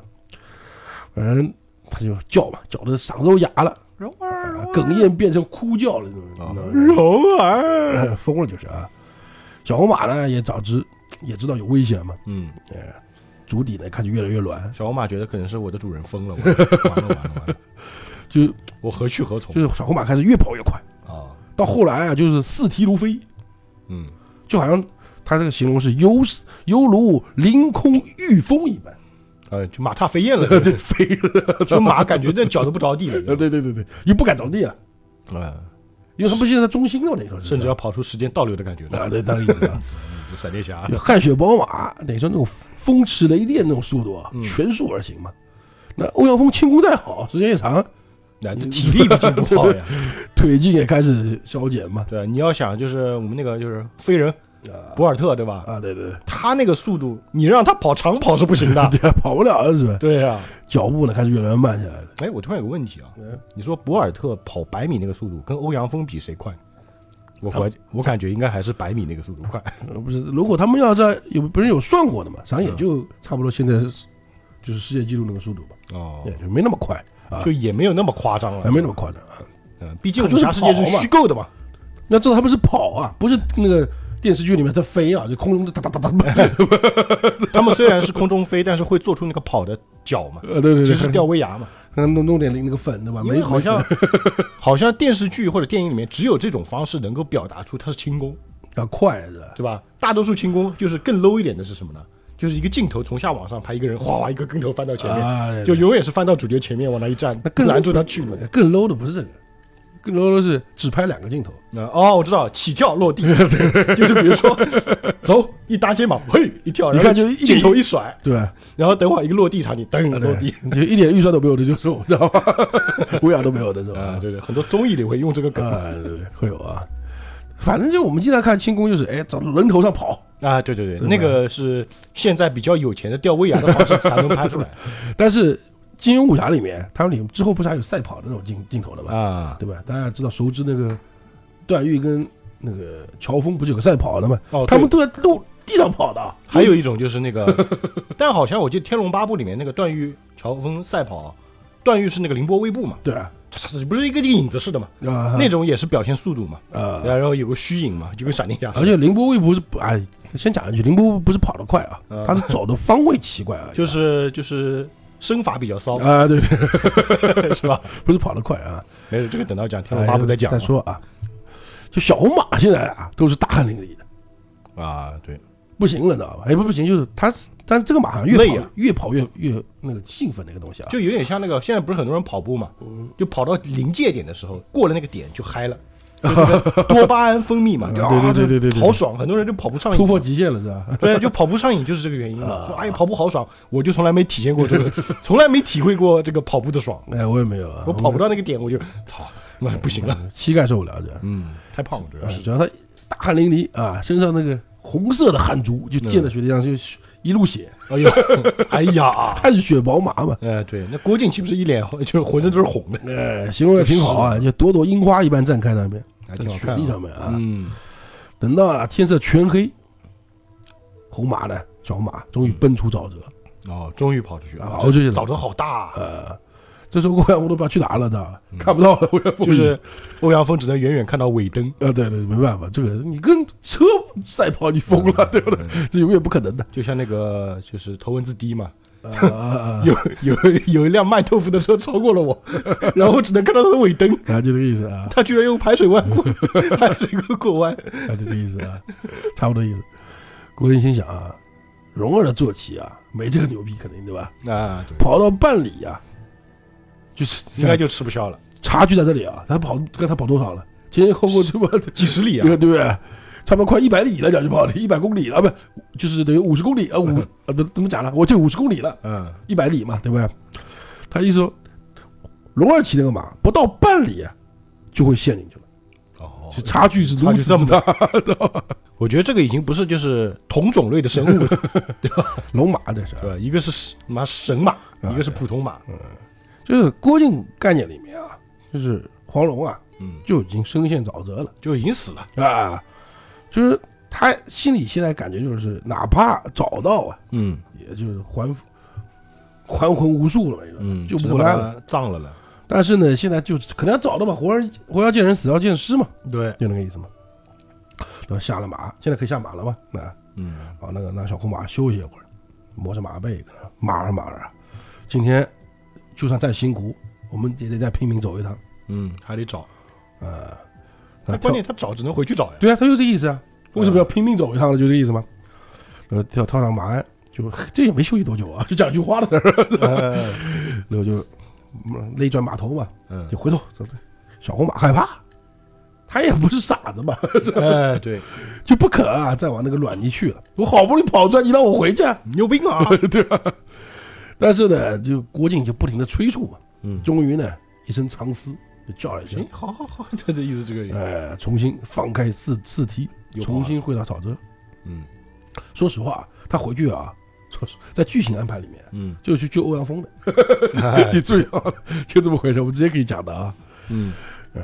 S2: 反正他就叫嘛，叫的嗓子都哑了，
S1: 蓉儿
S2: 哽咽变成哭叫了，你知道
S1: 啊
S2: 吗？
S1: 蓉儿，
S2: 哎疯了就是啊。小红马呢也早知也知道有危险嘛，
S1: 嗯，
S2: 足底呢看就越来越软，
S1: 小红马觉得可能是我的主人疯了，我完了完了完 了，
S2: 就
S1: 我何去何从
S2: 就是小红马开始越跑越快，
S1: 啊？
S2: 到后来啊就是四蹄如飞，
S1: 嗯，
S2: 就好像他这个形容是犹犹如凌空御风 一般，
S1: 呃，就马踏飞 燕了，就是
S2: 飞了，
S1: 就马感觉这脚都不着地了，
S2: 对对对对，又不敢着地了，哎
S1: 嗯，
S2: 因为他不现在中心了嘛，等于说是，
S1: 甚至要跑出时间倒流的感觉了，
S2: 啊，对，那个意思啊，
S1: 就闪电 侠
S2: 就汗血宝马，等于说那种风驰雷电那种速度啊
S1: 嗯，
S2: 全速而行嘛。那欧阳锋轻功再好，时间一长，
S1: 那哎这体力不进不好呀。
S2: 腿劲也开始消减嘛。
S1: 对，啊你要想就是我们那个就是飞人
S2: 啊
S1: 博尔特对吧？
S2: 啊，对对对，
S1: 他那个速度，你让他跑长跑是不行的。
S2: 对啊，跑不了了是吧？
S1: 对呀，
S2: 脚步呢开始越来越慢下来了。
S1: 哎，我突然有个问题啊，
S2: 嗯
S1: 你说博尔特跑百米那个速度跟欧阳锋比谁快？我
S2: 他
S1: 感我感觉应该还是百米那个速度 快。
S2: 呃不是，如果他们要在有不是有算过的嘛，咱也就差不多现在是就是世界纪录那个速度吧，
S1: 哦
S2: 也就没那么快，啊
S1: 就也没有那么夸张了，
S2: 还没那么夸张啊。
S1: 嗯，毕竟
S2: 他就
S1: 武
S2: 是
S1: 侠世界是
S2: 跑嘛啊
S1: 虚构的嘛，
S2: 那这他不是跑啊，不是那个电视剧里面在飞啊，就空中哒哒哒哒 哒，
S1: 他们虽然是空中飞，但是会做出那个跑的脚嘛，
S2: 呃，对对
S1: 其
S2: 对，
S1: 实吊威亚嘛，
S2: 嗯弄弄点那个粉对吧？
S1: 因
S2: 没
S1: 为好像 好像电视剧或者电影里面只有这种方式能够表达出它是轻功，
S2: 啊快是吧？
S1: 对吧？大多数轻功就是更 low 一点的是什么呢？就是一个镜头从下往上拍一个人，哗哗一个跟头翻到前面，
S2: 啊，
S1: 就永远是翻到主角前面往那一站
S2: 那，更
S1: 拦住他去路。
S2: 更 low 的不是这个，更 low 的是只拍两个镜头，
S1: 嗯哦，我知道，起跳 落地，就是比如说 走一搭肩膀，嘿一跳，
S2: 你
S1: 然后
S2: 看就一
S1: 镜头一甩，
S2: 对吧？
S1: 然后等会儿一个落地场景，噔落
S2: 啊对
S1: 地。
S2: 就一点预算都没有的，就是我知道吧？ 乌鸦都没有的是
S1: 啊，
S2: 吧？
S1: 对对，很多综艺里会用这个梗
S2: 啊，对对，会有啊。反正就我们经常看轻功，就是哎，找人头上跑，
S1: 啊，对对
S2: 对
S1: 对，那个是现在比较有钱的吊威亚的方式才能拍出 来
S2: 但是金庸武侠里面，他们里之后不是还有赛跑的那种镜镜头的嘛，
S1: 啊。
S2: 对吧？大家知道熟知那个段誉跟那个乔峰不是有个赛跑的嘛？
S1: 哦，
S2: 他们
S1: 对
S2: 都在路地上跑的啊，
S1: 还有一种就是那个， 但好像我记得《天龙八部》里面那个段誉、乔峰赛跑，段誉是那个凌波微步嘛，
S2: 对啊，
S1: 不是一个影子似的嘛，
S2: 啊
S1: 那种也是表现速度嘛，
S2: 啊，
S1: 然后有个虚影嘛，就跟闪电侠似
S2: 而
S1: 的，
S2: 且凌波微不是不哎，先讲一句，凌波微不是跑得快啊，
S1: 嗯
S2: 他是走的方位奇怪啊，
S1: 就是就是身法比较骚，
S2: 啊，对 对，
S1: 是吧？
S2: 不是跑得快啊，
S1: 没事，这个等到讲《天龙八部》再讲
S2: 再
S1: 嘛
S2: 说啊，就小红马现在啊都是大汗淋漓的，
S1: 啊，对，
S2: 不行了，知道吧？哎，不不行，就是他，但这个马好像越
S1: 累
S2: 跑、
S1: 啊
S2: 越跑越越那个兴奋那个东西啊，
S1: 就有点像那个，现在不是很多人跑步嘛，
S2: 嗯
S1: 就跑到临界点的时候，过了那个点就嗨 了，就那个多巴胺分泌嘛，就
S2: 啊
S1: 啊
S2: 对对对对对
S1: 这好爽，很多人就跑步上瘾，
S2: 突破啊极限了是吧？
S1: 对，就跑步上瘾就是这个原因嘛。说哎，跑步好爽，我就从来没体验过这个， 从来没体会过这个跑步的爽。
S2: 哎，我也没有啊，
S1: 我跑不到那个点，我就操，那不行了，
S2: 嗯，膝盖受不了这，
S1: 嗯，太胖了，主要
S2: 啊
S1: 是。
S2: 主要他大汗淋漓啊，身上那个红色的汗珠就
S1: 嗯
S2: 溅在雪地上，就一路血，
S1: 哎呦， 哎呀，
S2: 汗血宝马嘛。
S1: 哎，对，那郭靖岂不是一脸 就是浑身都是红的，
S2: 呃，形容也挺好啊，就朵朵樱花一般绽开那边，
S1: 还
S2: 在
S1: 挺好
S2: 雪
S1: 看
S2: 地
S1: 啊。
S2: 上面啊。
S1: 嗯，
S2: 等到啊天色全黑，红马呢，小红马终于
S1: 嗯
S2: 奔出沼泽。
S1: 哦，终于跑出去
S2: 啊
S1: 了，
S2: 跑出去了
S1: 沼泽好大啊，
S2: 呃，这时候欧阳锋都不知道去哪了，知道吧？看不到了，欧阳锋
S1: 嗯 就是欧阳锋只能远远看到尾灯。
S2: 呃，对对，没办法，这个你跟车赛跑，你疯
S1: 嗯
S2: 了，对不对？ 这永远不可能的。
S1: 就像那个就是头文字 D 嘛，
S2: 啊，
S1: 有有有一辆卖豆腐的车超过了我， 然后我只能看到他的尾灯，
S2: 啊，就这个意思啊，
S1: 他居然用排水弯过 排水沟过弯。
S2: 啊，就这个意思啊，差不多意思。郭靖心想啊，蓉儿的坐骑啊，没这个牛逼，肯定对吧？
S1: 啊，对，
S2: 跑到半里啊，就是
S1: 应该就吃不消了，
S2: 差距在这里啊，他跑跟他跑多少了？前前后后他妈的，
S1: 几十里啊
S2: 对，不对？差不多快一百里了，讲句不好听，一百公里了，不就是等于五十公里 啊？五啊不怎么讲了？我就五十公里了，
S1: 嗯，
S2: 一百里嘛，对不对？他意思说，龙儿骑那个马不到半里啊就会陷进去了，
S1: 哦
S2: 就差距是
S1: 差
S2: 如
S1: 距
S2: 此
S1: 这
S2: 之
S1: 么
S2: 大。
S1: 大， 我觉得这个已经不是就是同种类的生 物了，
S2: 龙马这是，
S1: 对吧？一个是马神马，
S2: 啊
S1: 一个是普通马，
S2: 就是郭靖概念里面啊，就是黄蓉啊
S1: 嗯，
S2: 就已经深陷沼泽了
S1: 就已经死了，
S2: 啊，就是他心里现在感觉就是，哪怕找到啊，
S1: 嗯
S2: 也就是还还魂无数了，你知道吗
S1: 嗯，
S2: 救
S1: 只能
S2: 不回
S1: 把
S2: 来了。
S1: 它葬了了，
S2: 但是呢，现在就肯定要找到嘛，活人活要见人，死要见尸嘛，
S1: 对，
S2: 就那个意思嘛。然后下了马，现在可以下马了嘛？啊，
S1: 嗯
S2: 啊，那个那小红马休息一会儿，磨着马背，马着马着，今天就算再辛苦，我们也得再拼命走一趟。
S1: 嗯，还得找，
S2: 呃，
S1: 但
S2: 那
S1: 关键他找只能回去找呀，
S2: 对啊，他就这意思啊。为什么要拼命走一趟呢？就这意思吗？然后跳跳上马鞍，就这也没休息多久啊，就讲句话的事儿，
S1: 嗯
S2: 然后就嗯勒转马头嘛，
S1: 嗯
S2: 就回头走。走小红马害怕，他也不是傻子嘛，
S1: 哎，对，
S2: 就不肯啊，再往那个软泥去了。我好不容易跑出来，你让我回去啊，
S1: 你有病啊，
S2: 对吧？但是呢，就郭靖就不停的催促嘛，
S1: 嗯，
S2: 终于呢，一声长嘶就叫了一声
S1: 行，，好好好，这这意思这个，
S2: 呃，重新放开四四蹄，
S1: 有
S2: 重
S1: 话
S2: 新回到沼泽。
S1: 嗯
S2: 说实话，他回去啊，说实在剧情安排里面啊
S1: 嗯，
S2: 就去救欧阳锋的，
S1: 哎
S2: 你注意啊，就这么回事，我直接可以讲的啊。
S1: 嗯
S2: 呃，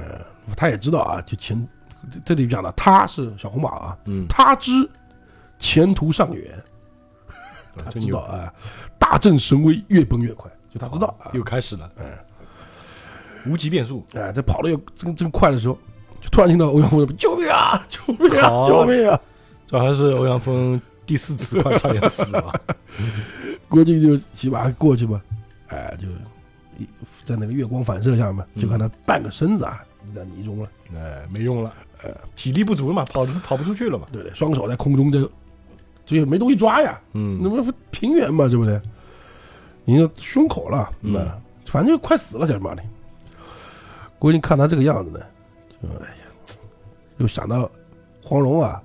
S2: 他也知道啊，就前这里讲的他是小红马啊，
S1: 嗯，
S2: 他知前途尚远，
S1: 啊
S2: 他
S1: 真
S2: 知
S1: 牛
S2: 道，啊，大阵神威越奔越快，就他知道啊，
S1: 又开始了，
S2: 哎
S1: 无极变速，
S2: 哎，在跑的又真真快的时候，就突然听到欧阳锋说：“救命啊！ 救命啊！
S1: 好
S2: 救命啊
S1: 这好像是欧阳锋第四次快差点死啊了，！”
S2: 郭靖就骑马过去嘛，哎，就一在那个月光反射下嘛，
S1: 嗯
S2: 就看他半个身子啊在泥中了，
S1: 哎，没用了，体力不足了嘛，跑出跑不出去了嘛，
S2: 对不对？双手在空中就就也没东西抓呀，那
S1: 嗯，
S2: 不是平原嘛，对不对？已经胸口了，
S1: 嗯
S2: 那反正就快死了，小马的。郭靖看他这个样子呢，就哎呀，又想到黄蓉啊，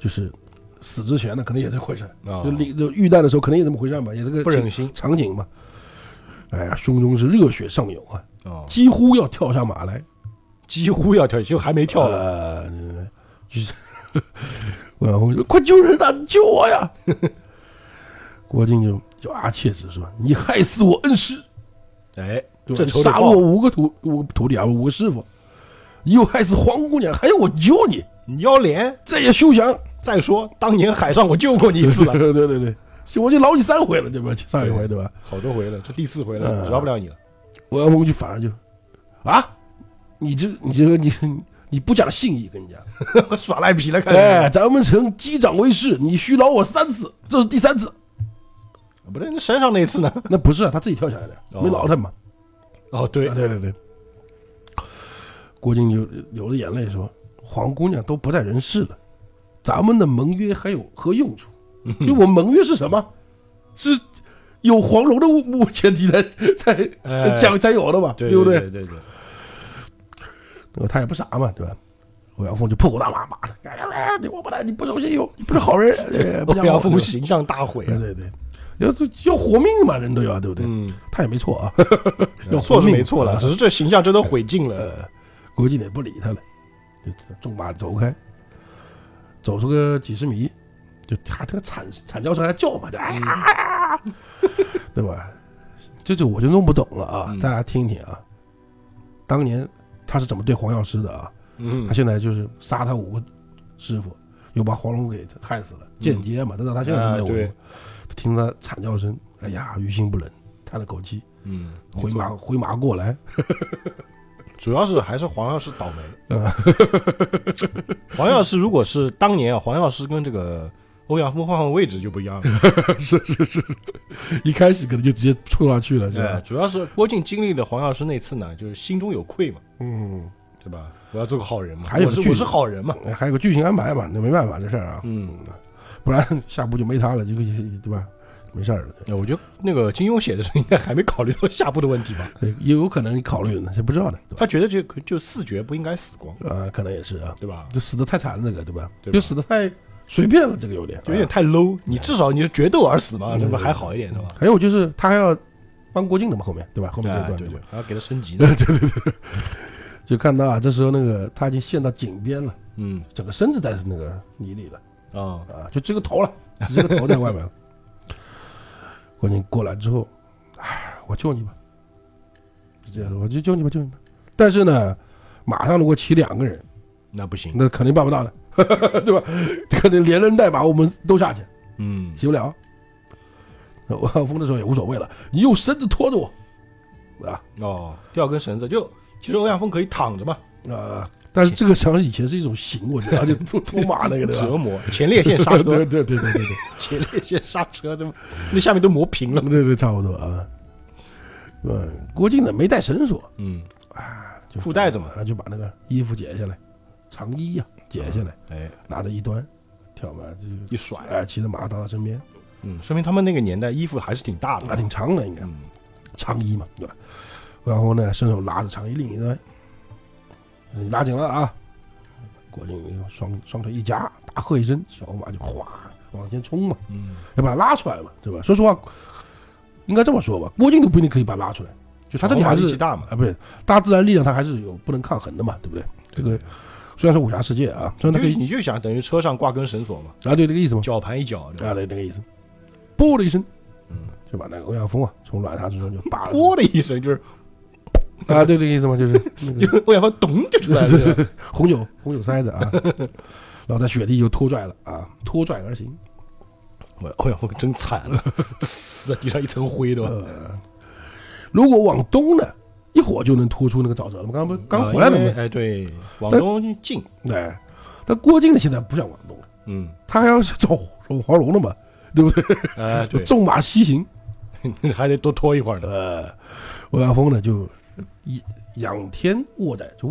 S2: 就是死之前呢，可能也这回事，
S1: 啊
S2: 就领就遇难的时候，可能也这么回事吧，也是个
S1: 不忍心
S2: 场景嘛。哎呀，胸中是热血上涌啊，
S1: 哦，
S2: 几乎要跳下马来，
S1: 几乎要跳，就还没跳了，
S2: 了，呃就是 欧阳锋说：“快救人啊！你救我呀！” 郭靖就就阿切子说：“你害死我恩师，
S1: 哎，
S2: 对吧
S1: 这仇得
S2: 杀了
S1: 报
S2: 我五个徒五个徒弟啊，五个师傅，你又害死黄姑娘，还要我救你，
S1: 你要脸，
S2: 这也休想！
S1: 再说当年海上我救过你一次了，
S2: 对对对对，我就饶你三回了，对吧？上一回对吧？
S1: 好多回了，这第四回了，
S2: 嗯
S1: 饶不了你了，
S2: 欧阳锋就反而就啊，你这你这个你你不讲信义，跟 你讲。”
S1: 我 耍赖皮了，看
S2: 哎，
S1: 来，
S2: 咱们曾击掌为誓，你需饶我三次，这是第三次。
S1: 啊不是那山上那次呢？
S2: 那不是啊，他自己跳下来的，
S1: 哦
S2: 没饶他嘛。
S1: 哦，对
S2: 啊，对对对。郭靖就流着眼泪说：“黄姑娘都不在人世了，咱们的盟约还有何用处？因为我们盟约是什么？是有黄蓉的物前提才才才讲才有的嘛，
S1: 对
S2: 不
S1: 对
S2: 对？
S1: 对对，
S2: 那他也不傻嘛，对吧？欧阳锋就破口大骂，骂他：“哎呀，你王八蛋，你不守信用，你不是好人，哎不
S1: 欧
S2: 讲
S1: 阳
S2: 好
S1: 锋
S2: 对
S1: 形象大毁啊，
S2: 对对对，要要活命嘛，人都要，对不对？
S1: 嗯，
S2: 他也没 错啊，要
S1: 错
S2: 活
S1: 是
S2: 命啊
S1: 没错了，只是这形象真的毁尽了，
S2: 呃，郭靖也不理他了，就纵马走开，走出个几十米，就他这个惨惨叫声还叫嘛，就
S1: 嗯
S2: 哎呀，对吧？这就我就弄不懂了啊！
S1: 嗯
S2: 大家听一听啊，当年他是怎么对黄药师的啊？
S1: 嗯
S2: 他，现在就是杀他五个师傅，又把黄蓉给害死了，间接嘛，这让他现在都没有
S1: 嗯啊对
S2: 文化他听他惨叫声，哎呀，于心不忍，叹了口气，
S1: 嗯，
S2: 回马回马过来，
S1: 主要是还是黄药师倒霉。
S2: 啊
S1: 嗯黄药师如果是当年啊，黄药师跟这个欧阳锋换换位置就不一样了。
S2: 是是是，一开始可能就直接冲上去了，是
S1: 对，
S2: 吧？
S1: 主要是郭靖经历了黄药师那次呢，就是心中有愧嘛，
S2: 嗯，
S1: 对吧？我要做个好人嘛，
S2: 还有
S1: 我是
S2: 距离
S1: 我是好人嘛。
S2: 还有个剧情安排嘛，那没办法这事儿啊，
S1: 嗯，
S2: 不然 下部就没他了，就对吧？没事儿了，
S1: 哎我觉得那个金庸写的时候，应该还没考虑到下部的问题吧？
S2: 也有可能考虑呢，谁不知道呢？对吧
S1: 他觉得这个就四绝不应该死光，
S2: 啊，可能也是啊，
S1: 对吧？
S2: 这死的太惨了，这个对吧？
S1: 对吧
S2: 就死的太随便了，这个有点
S1: 就有点
S2: 啊
S1: 太 low，你至少你是决斗而死嘛，
S2: 嗯
S1: 这不
S2: 对
S1: 还好一点，对吧？
S2: 还有就是他还要帮郭靖的嘛，后面对吧？后面这
S1: 啊
S2: 段
S1: 对
S2: 对
S1: 对
S2: 吧，
S1: 还要给他升级呢。
S2: 对对对，就看到啊，这时候那个他已经陷到井边了，
S1: 嗯
S2: 整个身子在那个泥里了
S1: 啊
S2: 啊，就这 个头了，只这个头在外面了。关键过来之后，哎，我救你吧，就
S1: 啊
S2: 这样说，我就救你吧，救你吧。但是呢，马上如果骑两个人，
S1: 那不行，
S2: 那肯定办不到的， 对吧？肯定连人带马我们都下去，
S1: 嗯
S2: 骑不了。那王浩峰的时候也无所谓了，你用绳子拖着我，啊
S1: 哦，吊根绳子就，其实欧阳锋可以躺着嘛，
S2: 啊！但是这个好像以前是一种刑，我觉 得，而且拖拖马那个对吧
S1: 折磨前列腺刹 车，
S2: 对对对对对对。
S1: 前列腺刹车，这不那下面都磨 平了，
S2: 对对，差不多啊。嗯，郭靖呢没带绳索
S1: 嗯，
S2: 啊，就
S1: 裤带子嘛
S2: 啊就把那个衣服解下来，长衣呀、解下来，
S1: 哎，
S2: 拿着一端，跳嘛，这
S1: 一甩，啊
S2: 哎骑着马到他身边，
S1: 嗯，说明他们那个年代衣服还是挺大
S2: 还
S1: 的，
S2: 挺长的应该，
S1: 嗯，
S2: 长衣嘛，对吧？然后呢，伸手拉着长衣另一端，你拉紧了啊！郭靖双双腿一夹，大喝一声，小马就哗往前冲嘛，
S1: 嗯，
S2: 要把他拉出来嘛，对吧？说实话，应该这么说吧，郭靖都不一定可以把他拉出来，就他这里还
S1: 小马力
S2: 是
S1: 气大嘛，
S2: 啊，不是大自然力量，它还是有不能抗衡的嘛，对不对？这个虽然是武侠世界啊，虽然它
S1: 就
S2: 可以
S1: 你就想等于车上挂根绳索嘛，
S2: 啊，对这个意思嘛，
S1: 绞盘一绞，对吧
S2: 啊，对这个意思，啵的一声，
S1: 嗯，
S2: 就把那个欧阳锋啊从软榻之中就扒了
S1: 噗的一声，就是
S2: 啊，对这个意思嘛，就是那个
S1: 就欧阳锋咚就出来了，对吧
S2: 红酒红酒塞子啊，然后在雪地就拖拽了啊，拖拽而行，
S1: 我欧阳锋真惨了，呲，地上一层灰，对吧？
S2: 呃，如果往东呢，一会儿就能拖出那个沼泽了嘛，刚刚不刚回来了
S1: 啊因为
S2: 嘛，
S1: 哎，对，往
S2: 但
S1: 东进，
S2: 哎，但郭靖呢现在不想往东，
S1: 嗯，
S2: 他还要去找找黄蓉了嘛，对不对？
S1: 哎，
S2: 就
S1: 对，
S2: 纵马西行。
S1: 还得多拖一会儿呢。
S2: 呃，欧阳锋呢就一仰天卧在，就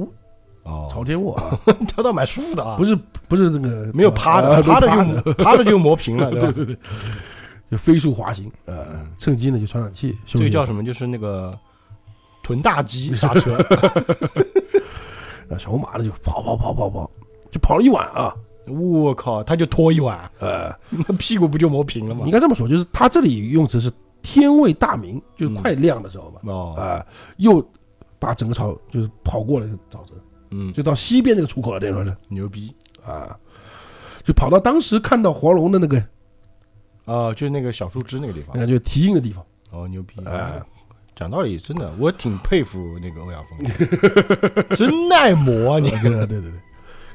S1: 哦
S2: 朝天卧啊，
S1: 跳倒蛮舒服的啊，
S2: 不是不是那 个
S1: 没有趴的，
S2: 啊
S1: 趴的
S2: 趴
S1: 就趴的就磨平了，
S2: 对
S1: 对吧？
S2: 对对，就飞速滑行，呃
S1: 嗯，
S2: 趁机呢就喘喘气，休
S1: 这个
S2: 息一下
S1: 叫什么？就是那个臀大肌刹车，
S2: 啊小红马呢就跑跑跑跑跑，就跑了一晚啊，
S1: 我靠，他就拖一晚，
S2: 呃，
S1: 那屁股不就磨平了吗
S2: 应？该这么说，就是他这里用词是天未大明，就是快亮的时候吧，
S1: 嗯哦，
S2: 啊，又把整个朝就是跑过了这个沼泽，
S1: 嗯，
S2: 就到西边那个出口了，等于说是
S1: 牛逼
S2: 啊，就跑到当时看到黄蓉的那个
S1: 啊！就是那个小树枝那个地方
S2: 那，个就蹄印的地方。
S1: 哦，牛逼
S2: 哎！
S1: 讲道理，真的，我挺佩服那个欧阳锋的， 真耐磨啊！你
S2: 对对对对。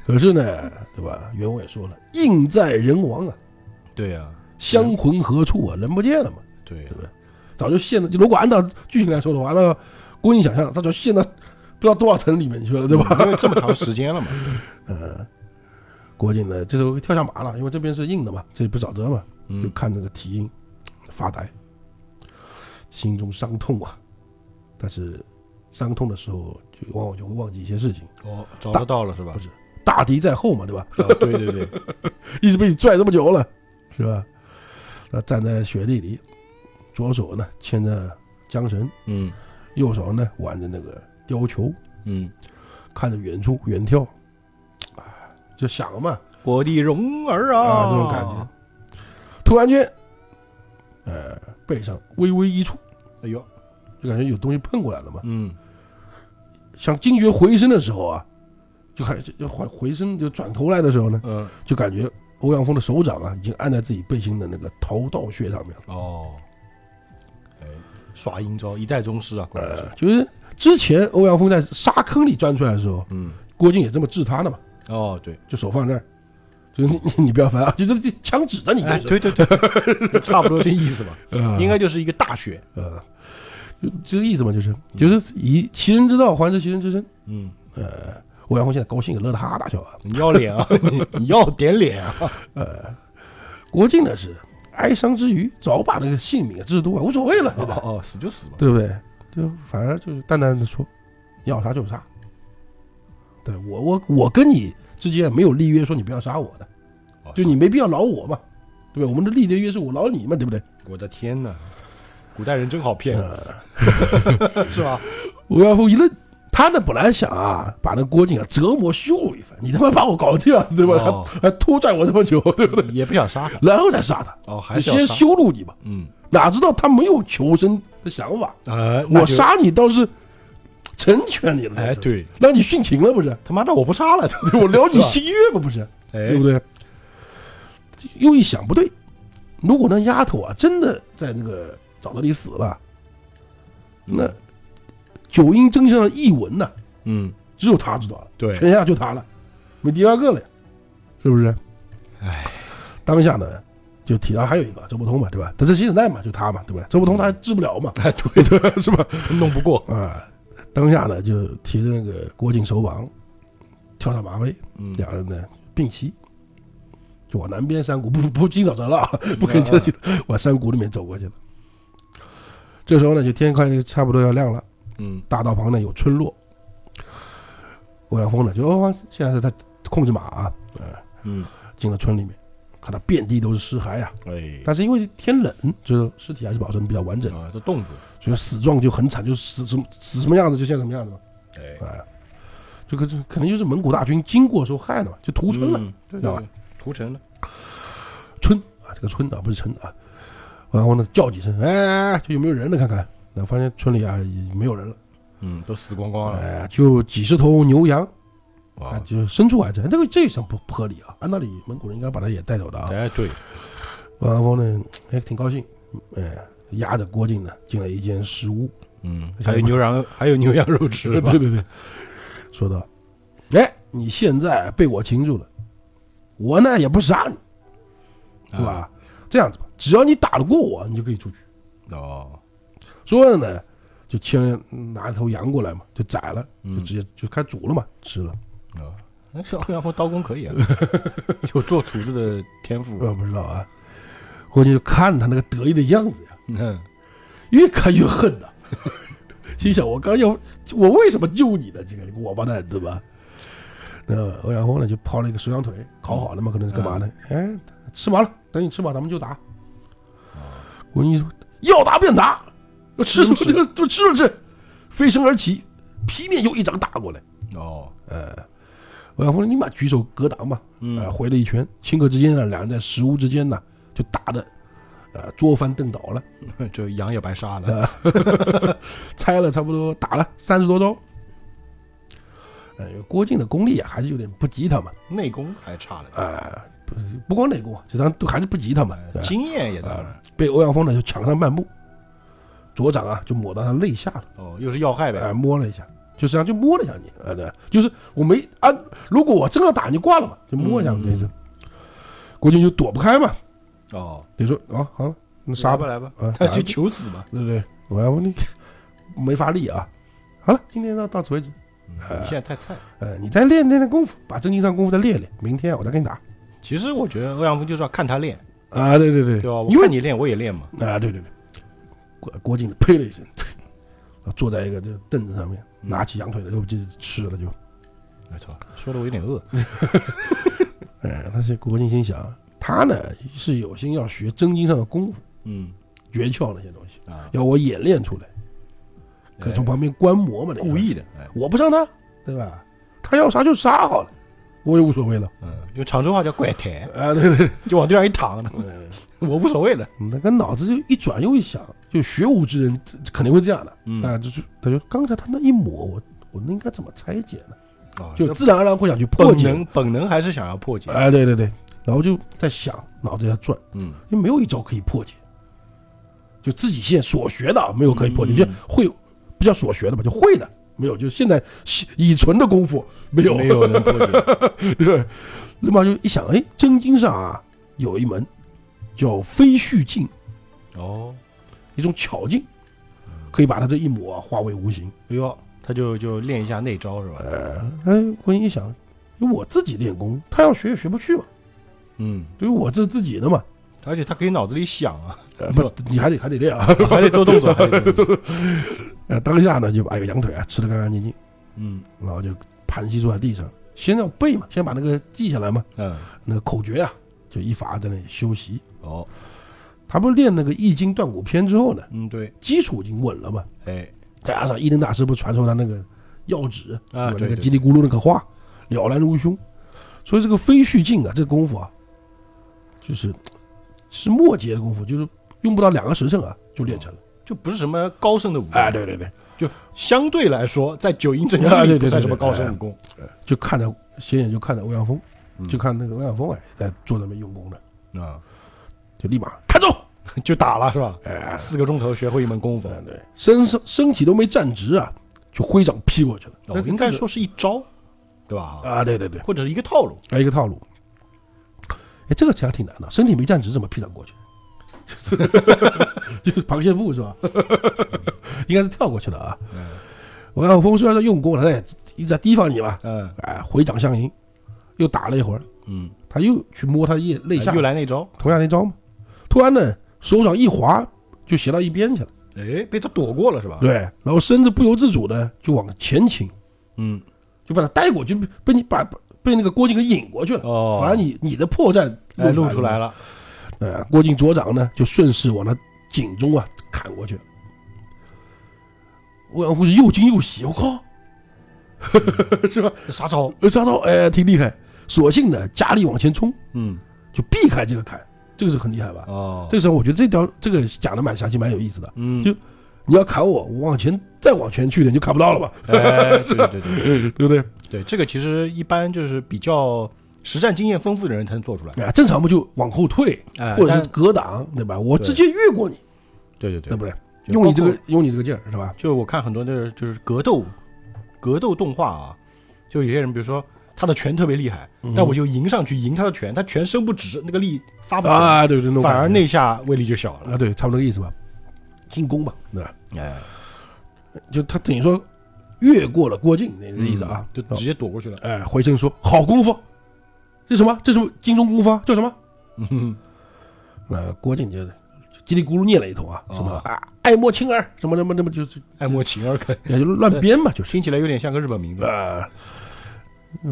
S2: 可是呢，对吧？原文也说了，印在人亡啊，
S1: 对啊，
S2: 香魂何处啊？人不见了嘛，
S1: 对啊
S2: 对，不对？早就陷了。如果按照剧情来说的话，按照郭靖想象，他就陷到不知道多少层里面去了，对吧？
S1: 因为这么长时间了嘛，
S2: 嗯。郭靖呢，这时候跳下马了，因为这边是硬的嘛，这里不沼泽嘛，就
S1: 嗯，
S2: 看这个蹄印，发呆，心中伤痛啊。但是伤痛的时候，就往往就会忘记一些事情。
S1: 哦，找得到了是吧
S2: 不？是大敌在后嘛，对吧？
S1: 啊对对对，
S2: 一直被你拽这么久了，是吧？那站在雪地里，左手呢牵着缰绳，
S1: 嗯
S2: 右手呢挽着那个貂裘，
S1: 嗯，
S2: 看着远处远眺，啊，就想嘛，
S1: 我的蓉儿啊，
S2: 啊这种感觉。突然间，呃，背上微微一触，
S1: 哎呦，
S2: 就感觉有东西碰过来了嘛。
S1: 嗯，
S2: 想惊觉回身的时候啊，就开始就回回身就转头来的时候呢，
S1: 嗯，
S2: 就感觉欧阳锋的手掌啊已经按在自己背心的那个桃道穴上面了。
S1: 哦，哎，耍阴招，一代宗师啊，果然
S2: 呃
S1: 是，，
S2: 就是之前欧阳锋在沙坑里钻出来的时候，
S1: 嗯，
S2: 郭靖也这么治他的嘛，
S1: 哦，对，
S2: 就手放这儿，就是你你你不要烦啊， 就是这枪指着你
S1: 哎，
S2: 就是，
S1: 对对对， 嗯差不多这意思吧，
S2: 呃
S1: 应该就是一个大学，
S2: 呃，就这个意思嘛，就是就是以其人之道还治其人之身。
S1: 嗯，
S2: 呃，欧阳锋现在高兴也乐得哈哈大笑啊。
S1: 你要脸啊， 你你要点脸啊，
S2: 呃，郭靖呢是哀伤之余，早把那个性命啊、制度啊无所谓了，对吧？
S1: 哦哦，死就死吧，
S2: 对不对？就反而就是淡淡的说，要杀就杀。对我我我跟你之间没有立约说你不要杀我的，
S1: 哦
S2: 就你没必要饶我嘛，对不对？我们的立的约是我饶你嘛，对不对？
S1: 我的天哪，古代人真好骗，
S2: 呃，
S1: 是吧？
S2: 吴耀峰一愣，他呢本来想啊，把那郭靖啊折磨羞辱一番，你他妈把我搞定了，对吧？
S1: 哦
S2: 还还拖拽我这么久，对不对？
S1: 也不想杀他，
S2: 然后再杀他，
S1: 哦，还
S2: 你
S1: 是要
S2: 先
S1: 杀，
S2: 羞辱你吧。
S1: 嗯，
S2: 哪知道他没有求生的想法，
S1: 呃，那
S2: 我
S1: 就，
S2: 杀你倒是成全你了，
S1: 哎，，对，
S2: 让你殉情了不是？
S1: 他妈的我不 杀了，
S2: 我聊你
S1: 是吧
S2: 心愿吧不是？
S1: 哎
S2: 对不，对？又一想不对，如果那丫头啊真的在那个沼泽里死了，那九阴真相的译文呢、
S1: 嗯，
S2: 只有她知道了，
S1: 对，
S2: 天下就她了，没第二个了呀，是不是？
S1: 哎，
S2: 当下呢，就提到还有一个周伯通嘛，对吧？他这新时代嘛，就他嘛，对吧？周伯通他还治不了嘛，
S1: 哎，对，
S2: 对吧？是吧？
S1: 弄不过，
S2: 啊，当下呢就提着那个郭靖手绑，跳上马背，
S1: 嗯，
S2: 两人呢并骑，就往南边山谷，不 不不进沼泽了啊，不可以进去，往山谷里面走过去了。这时候呢，就天快差不多要亮了，
S1: 嗯，
S2: 大道旁呢有村落。欧阳锋呢，就哦，现在是他控制马啊，
S1: 嗯，
S2: 进了村里面，看到遍地都是尸骸啊，
S1: 哎，
S2: 但是因为天冷，就是尸体还是保存比较完整，
S1: 啊，都冻住了，
S2: 所以死状就很惨，就死什么死什么样子就像什么样子嘛，
S1: 哎，
S2: 哎，这个这可能就是蒙古大军经过的时候害的嘛，就屠村了。
S1: 嗯，对
S2: 知道
S1: 对
S2: 吧
S1: 对，屠城了，
S2: 村啊，这个村啊不是城啊，然后呢叫几声，哎哎，哎就有没有人了看看，然后发现村里啊也没有人了，
S1: 嗯，都死光光了，
S2: 哎，就几十头牛羊啊，
S1: 啊，
S2: 就牲畜还在，这个这也不不合理啊，按道理蒙古人应该把他也带走的啊。
S1: 哎，对，
S2: 王阳峰呢还挺高兴，哎，押着郭靖呢进了一间石屋，
S1: 嗯，还有牛羊，还有牛羊肉 吃，是吧
S2: 对对对，说道：“哎，你现在被我擒住了，我呢也不杀你，对？
S1: 啊
S2: 吧？这样子吧，只要你打得过我，你就可以出去。
S1: 哦，”
S2: 说着呢，就牵拿一头羊过来嘛，就宰了，就
S1: 嗯，
S2: 直接就开煮了嘛，吃了。
S1: 啊，那是欧阳锋刀工可以 啊，有做厨子的天赋，
S2: 我不知道啊，关键就看他那个得意的样子呀，
S1: 嗯，
S2: 越看越恨呐、心想我刚要我为什么救你呢？这个王八蛋对吧？那欧阳锋呢就泡了一个熟羊腿，烤好了嘛，可能是干嘛呢？哎，吃完了，等你吃饱咱们就打。
S1: 啊
S2: 我跟你说，要打便打，要吃什么
S1: 真是
S2: 就就吃了吃。飞身而起，劈面又一掌打过来。
S1: 哦，
S2: 欧阳锋立马举手格挡嘛，呃，
S1: 嗯，
S2: 回了一拳。顷刻之间呢，两人在食屋之间呢就打的，呃，桌翻凳倒了。
S1: 这羊也白杀了，
S2: 呃，拆了差不多打了三十多招。呃，郭靖的功力啊，还是有点不及他们
S1: 内功还差了，
S2: 啊、不不光内功啊，这咱都还是不及他们。
S1: 哎
S2: 对吧啊
S1: 经验也在那儿，
S2: 被欧阳锋呢就抢上半步，左掌啊就抹到他肋下了，
S1: 哦，又是要害
S2: 哎、
S1: 呗，
S2: 摸了一下，就这样就摸了一下你，呃，对，就是我没按，如果我真要打你就挂了嘛，就摸一下
S1: 嗯嗯
S2: 这次。郭靖就躲不开嘛，
S1: 哦，
S2: 得说啊，好了，那杀吧，
S1: 来吧，
S2: 啊，
S1: 那
S2: 打
S1: 就求死吧，
S2: 对不对？欧阳锋你 没法力啊，好了，今天到到此为止。
S1: 嗯你现在太菜了。
S2: 呃，你再练练练功夫，把真经上功夫再练练，明天我再跟你打。
S1: 其实我觉得欧阳锋就是要看他练，
S2: 啊，对对对
S1: 对吧？
S2: 因
S1: 我
S2: 为
S1: 看你练，我也练嘛。
S2: 啊，对对对，郭郭靖呸了一声， 坐在一个这个凳子上面，
S1: 嗯
S2: 拿起羊腿的肉就吃了就。
S1: 我操，说的我有点饿。
S2: 哎，但是郭靖心想，他呢是有心要学真经上的功夫、
S1: 嗯
S2: 诀窍那些东西，
S1: 啊，
S2: 要我演练出来，可
S1: 哎
S2: 从旁边观摩嘛，这个
S1: 故，意的，哎，
S2: 我不上他，对吧？他要杀就杀好了，我也无所谓了。
S1: 嗯，用常州话叫拐抬，
S2: 啊，对对对，
S1: 就往地上一躺，
S2: 嗯
S1: 我无所谓的。
S2: 那个脑子就一转又一想，就学武之人肯定会这样的。
S1: 嗯
S2: 啊，就是他就刚才他那一抹，我我应该怎么拆解呢？
S1: 啊
S2: 就
S1: 这
S2: 自然而然会想去破
S1: 本
S2: 解。
S1: 能，本能还是想要破解。
S2: 哎，对对对，然后就在想，脑子在转，
S1: 嗯，
S2: 因为没有一招可以破解，就自己现在所学的啊没有可以破解，
S1: 嗯
S2: 就会不叫所学的吧，就会的没有，就现在现已存的功夫没有，
S1: 没有能破解。
S2: 对，立马就一想，哎，真经上啊有一门叫飞絮镜，
S1: 哦，
S2: 一种巧劲，可以把他这一抹、啊、化为无形。
S1: 哎呦，他就就练一下那招是吧？
S2: 呃，哎，我一想，因为我自己练功，他要学也学不去嘛，
S1: 嗯，
S2: 对于我这自己的嘛，
S1: 而且他可以脑子里想啊，
S2: 呃，
S1: 是
S2: 不
S1: 吧，
S2: 你还得还得练啊。
S1: 还得做动作，还得做动作。
S2: 呃，当下呢就把一个羊腿啊吃的干干净净，
S1: 嗯
S2: 然后就盘膝坐在地上，先要背嘛，先把那个记下来嘛，
S1: 嗯，
S2: 那个口诀啊，就一法在那里修习。
S1: 哦，
S2: 他不是练那个易经断骨篇之后呢，
S1: 嗯对，
S2: 基础已经稳了嘛，
S1: 哎，
S2: 再加上一灯大师不是传授他那个要旨
S1: 啊
S2: 对吧
S1: 对
S2: 那个
S1: 对
S2: 叽里咕噜那个话，了然如胸。所以这个飞絮镜啊，这功夫啊，就是是末节的功夫，就是用不到两个时辰啊就练成了。
S1: 就不是什么高深的武功，
S2: 哎，对对对，
S1: 相对来说，在九阴真经
S2: 啊对
S1: 里
S2: 对
S1: 不算
S2: 对
S1: 什么
S2: 对
S1: 高深
S2: 哎
S1: 武功。
S2: 就看着斜眼就看着欧阳锋
S1: 嗯，
S2: 就看那个欧阳锋哎在坐那边用功呢，
S1: 啊，
S2: 就立马看中，
S1: 就打了是吧？
S2: 哎，
S1: 四个钟头学会一门功夫，
S2: 对，身身身体都没站直啊，就挥掌劈过去了。
S1: 哦我应该说是一招，对吧？
S2: 啊，对对对，
S1: 或者是一个套路，
S2: 还有一个套路。哎，这个其实挺难的，身体没站直怎么劈掌过去？ 就是就是螃蟹步是吧？应该是跳过去的啊。
S1: 嗯
S2: 欧阳锋虽然说用功了，他也一直在提防你嘛，
S1: 嗯
S2: 哎，回掌相迎，又打了一会儿，
S1: 嗯，哎
S2: 他又去摸他的腋肋下
S1: 又，来那招，
S2: 同样那招嘛。突然呢，手掌一滑，就斜到一边去了。
S1: 哎，被他躲过了是吧？
S2: 对，然后身子不由自主的就往前倾，
S1: 嗯，
S2: 就把他带过去，被被你把被那个郭靖给引过去了。
S1: 哦，
S2: 反而你你的破绽
S1: 哎露出
S2: 来了
S1: 来了，
S2: 呃，郭靖左掌呢就顺势往他颈中啊砍过去。欧阳锋是又惊又喜，我靠，是吧？
S1: 啥招？
S2: 呃，这招哎挺厉害，索性呢加力往前冲，
S1: 嗯，
S2: 就避开这个砍，这个是很厉害吧？
S1: 哦，
S2: 啊这时候我觉得这条这个讲的蛮详细，蛮有意思的。
S1: 嗯，
S2: 就你要砍我，我往前再往前去一点就砍不到了吧？
S1: 哎，对对对对
S2: 对不对？
S1: 对，这个其实一般就是比较实战经验丰富的人才能做出来，
S2: 啊，正常不就往后退，
S1: 哎，
S2: 或者
S1: 但
S2: 是格挡，对吧？我
S1: 对
S2: 直接越过你，
S1: 对对对
S2: 对，不对？
S1: 就
S2: 用你这
S1: 包括
S2: 个用你这个劲儿，是吧？
S1: 就是我看很多的就是格斗格斗动画啊，就有些人比如说他的拳特别厉害，但我就迎上去迎他的拳，他拳伸不直，那个力发不出来，
S2: 啊，对对，种
S1: 反而
S2: 感觉
S1: 那下威力就小了。
S2: 啊，对，差不多那个意思吧，进攻吧，对吧？
S1: 哎，
S2: 就他等于说越过了郭靖那个意思啊，
S1: 就
S2: 哦
S1: 直接躲过去了。
S2: 哎，回身说好功夫，这什么？这是什么精忠功夫啊？叫什么？
S1: 嗯，
S2: 呃，郭靖就叽里咕噜念了一通啊，
S1: 哦
S2: 什么啊，爱莫青儿，什么什么什么，就是
S1: 爱莫晴儿可
S2: 也就乱编嘛，就是
S1: 听起来有点像个日本名字。
S2: 啊。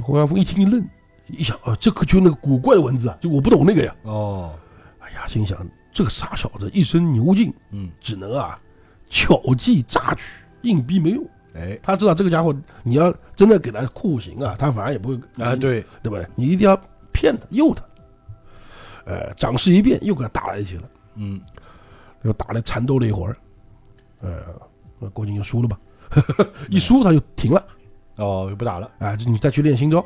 S2: 胡杨峰一听一愣，一想啊，这个就那个古怪的文字啊，就我不懂那个呀。
S1: 哦，
S2: 哎呀，心想这个傻小子一身牛劲，
S1: 嗯，
S2: 只能啊巧计诈取，硬逼没用。
S1: 哎，
S2: 他知道这个家伙，你要真的给他酷刑啊，他反而也不会
S1: 啊，对，
S2: 对不对？你一定要骗他，诱他。呃，掌势一变，又给他打了一起了，
S1: 嗯，
S2: 又打了缠斗了一会儿，呃，那郭靖就输了吧， 一输他就停了，
S1: 哦，就不打了。
S2: 啊、这你再去练新招，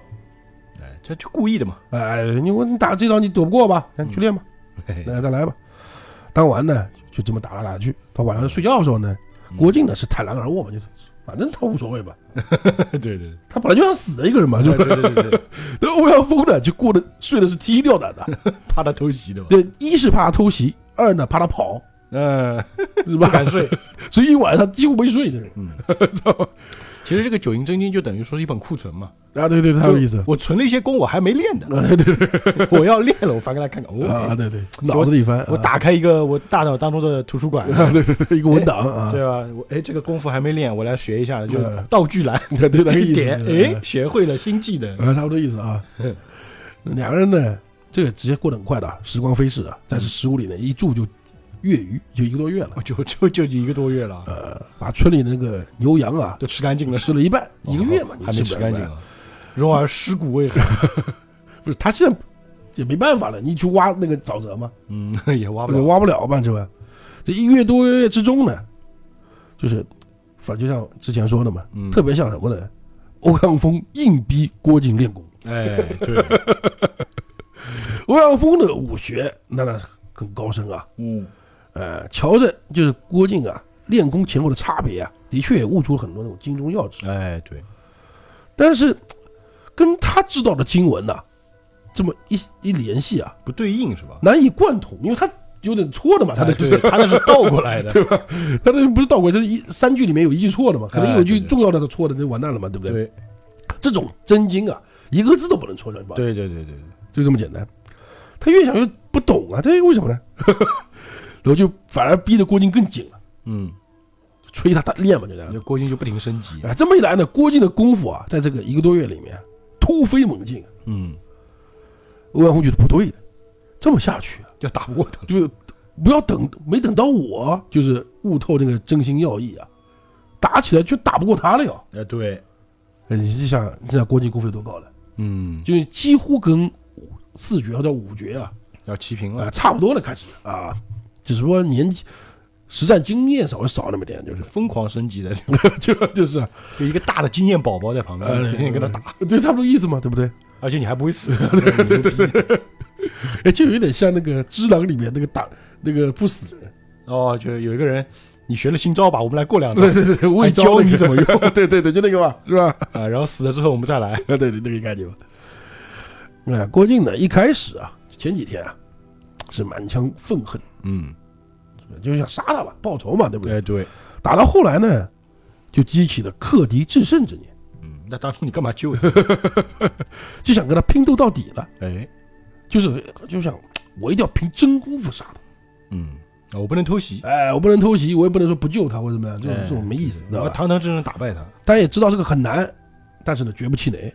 S1: 哎，这就故意的嘛。
S2: 哎、你我你打这招你躲不过吧？那你去练吧，
S1: 嘿嘿
S2: 那、再来吧。当晚呢，就这么打来打去，到晚上睡觉的时候呢，郭靖呢是坦然而卧嘛，就是反正他无所谓吧，
S1: 对对对，
S2: 他本来就想死的一个人嘛，就
S1: 对对
S2: 是
S1: 对对对，
S2: 那欧阳锋呢，就过得睡的是提心吊 胆的。
S1: 怕他偷袭的嘛。
S2: 对，一是怕他偷袭，二呢怕他跑，
S1: 嗯，
S2: 呃是
S1: 不
S2: 吧？
S1: 敢睡。
S2: 所以一晚上几乎没睡，这人。
S1: 嗯，其实这个九阴真经就等于说是一本库存嘛，
S2: 啊，对对，他有意思。
S1: 我存了一些功，我还没练的，
S2: 啊， 对对
S1: 我要练了，我翻开来看看。
S2: 啊，
S1: 哦，
S2: 对对，脑子里翻，
S1: 我
S2: 啊
S1: 打开一个我大脑当中的图书 馆，
S2: 啊，对对对，一个文档啊，
S1: 对吧？我哎，这个功夫还没练，我来学一下，就
S2: 嗯
S1: 道具 来。
S2: 对对，那个
S1: 一
S2: 意思嗯
S1: 点，，哎，学会了新技能。
S2: 啊，差不多意思啊。两个人呢，这个直接过得很快的啊，时光飞逝啊，但是十五里呢，一住就月余，就一个多月了。
S1: 就就就一个多月了，
S2: 呃，把村里那个牛羊啊，
S1: 都吃干净了，
S2: 吃了一半，一个月嘛，
S1: 哦
S2: 你
S1: 还没
S2: 哦不
S1: 吃
S2: 了
S1: 干
S2: 一
S1: 净
S2: 半
S1: 啊。蓉儿尸骨未寒，
S2: 不是，他现在也没办法了，你去挖那个沼泽嘛，
S1: 嗯， 也挖不
S2: 对吧
S1: 了。
S2: 啊挖不了嘛，是吧？这一个月多月之中呢，就是反正就像之前说的嘛，
S1: 嗯
S2: 特别像什么呢？欧阳锋硬逼郭靖练功。
S1: 哎，对，
S2: 欧阳锋的武学那那很高深啊，
S1: 嗯，
S2: 呃，瞧着就是郭靖啊练功前后的差别啊，的确也悟出很多那种经中要旨，
S1: 哎，对，
S2: 但是跟他知道的经文呐、这么一一联系啊，
S1: 不对应是吧？
S2: 难以贯通，因为他有点错的嘛，他
S1: 哎
S2: 的
S1: 对他那是倒过来 的，
S2: 他这不是倒过来，这一三句里面有一句错的嘛，可能有一
S1: 哎
S2: 句
S1: 对对
S2: 重要的是错的，那就完蛋了嘛，对不对？
S1: 对
S2: 这种真经啊，一个字都不能错乱吧？，
S1: 对对对对，
S2: 就这么简单。他越想越不懂啊，这为什么呢？ 然后就反而逼得郭靖更紧了，
S1: 嗯，
S2: 就催他他练嘛，就这样。
S1: 那呃郭靖就不停升级，
S2: 啊，这么一来呢，郭靖的功夫啊，在这个一个多月里面突飞猛进。
S1: 嗯，
S2: 欧阳锋觉得不对的，这么下去啊，
S1: 就打不过他了，
S2: 就不要等没等到我，就是悟透这个真心要义啊，打起来就打不过他了呀。
S1: 哎，对，
S2: 哎，你就想，你知道郭靖功夫有多高了？
S1: 嗯，
S2: 就是几乎跟四绝或者五绝啊
S1: 要齐平
S2: 啊、
S1: 了，
S2: 差不多了，开始啊，只不过年纪实战经验稍微少那么点，就是
S1: 疯狂升级的，
S2: 就就是 啊，
S1: 就一个大的经验宝宝在旁边，
S2: 呃
S1: 天天跟他打，
S2: 对，差不多意思嘛，对不对？
S1: 而且你还不会死，对对对，
S2: 哎，就有点像那个《只狼》里面那个打那个不死人，
S1: 哦，就有一个人，你学了新招吧，我们来过两招
S2: 对对对，我也
S1: 教你怎么用
S2: 对对对，就那个嘛，是吧？
S1: 啊，然后死了之后我们再 来，
S2: 啊，对对，那个概念吧。哎，郭靖呢，一开始啊，前几天啊，是满腔愤恨，
S1: 嗯，
S2: 就是想杀他吧，报仇嘛，对不对？
S1: 哎对，
S2: 打到后来呢，就激起了克敌制胜之念，
S1: 嗯，那当初你干嘛救他？
S2: 就想跟他拼斗到底了，
S1: 哎，
S2: 就是就想我一定要凭真功夫杀他。
S1: 嗯，啊我不能偷袭，
S2: 哎，我不能偷袭，我也不能说不救他或者怎么样，这种
S1: 哎
S2: 这种没意思，知道
S1: 我要
S2: 吧？
S1: 堂堂正正打败他，
S2: 他也知道这个很难，但是呢，绝不气馁，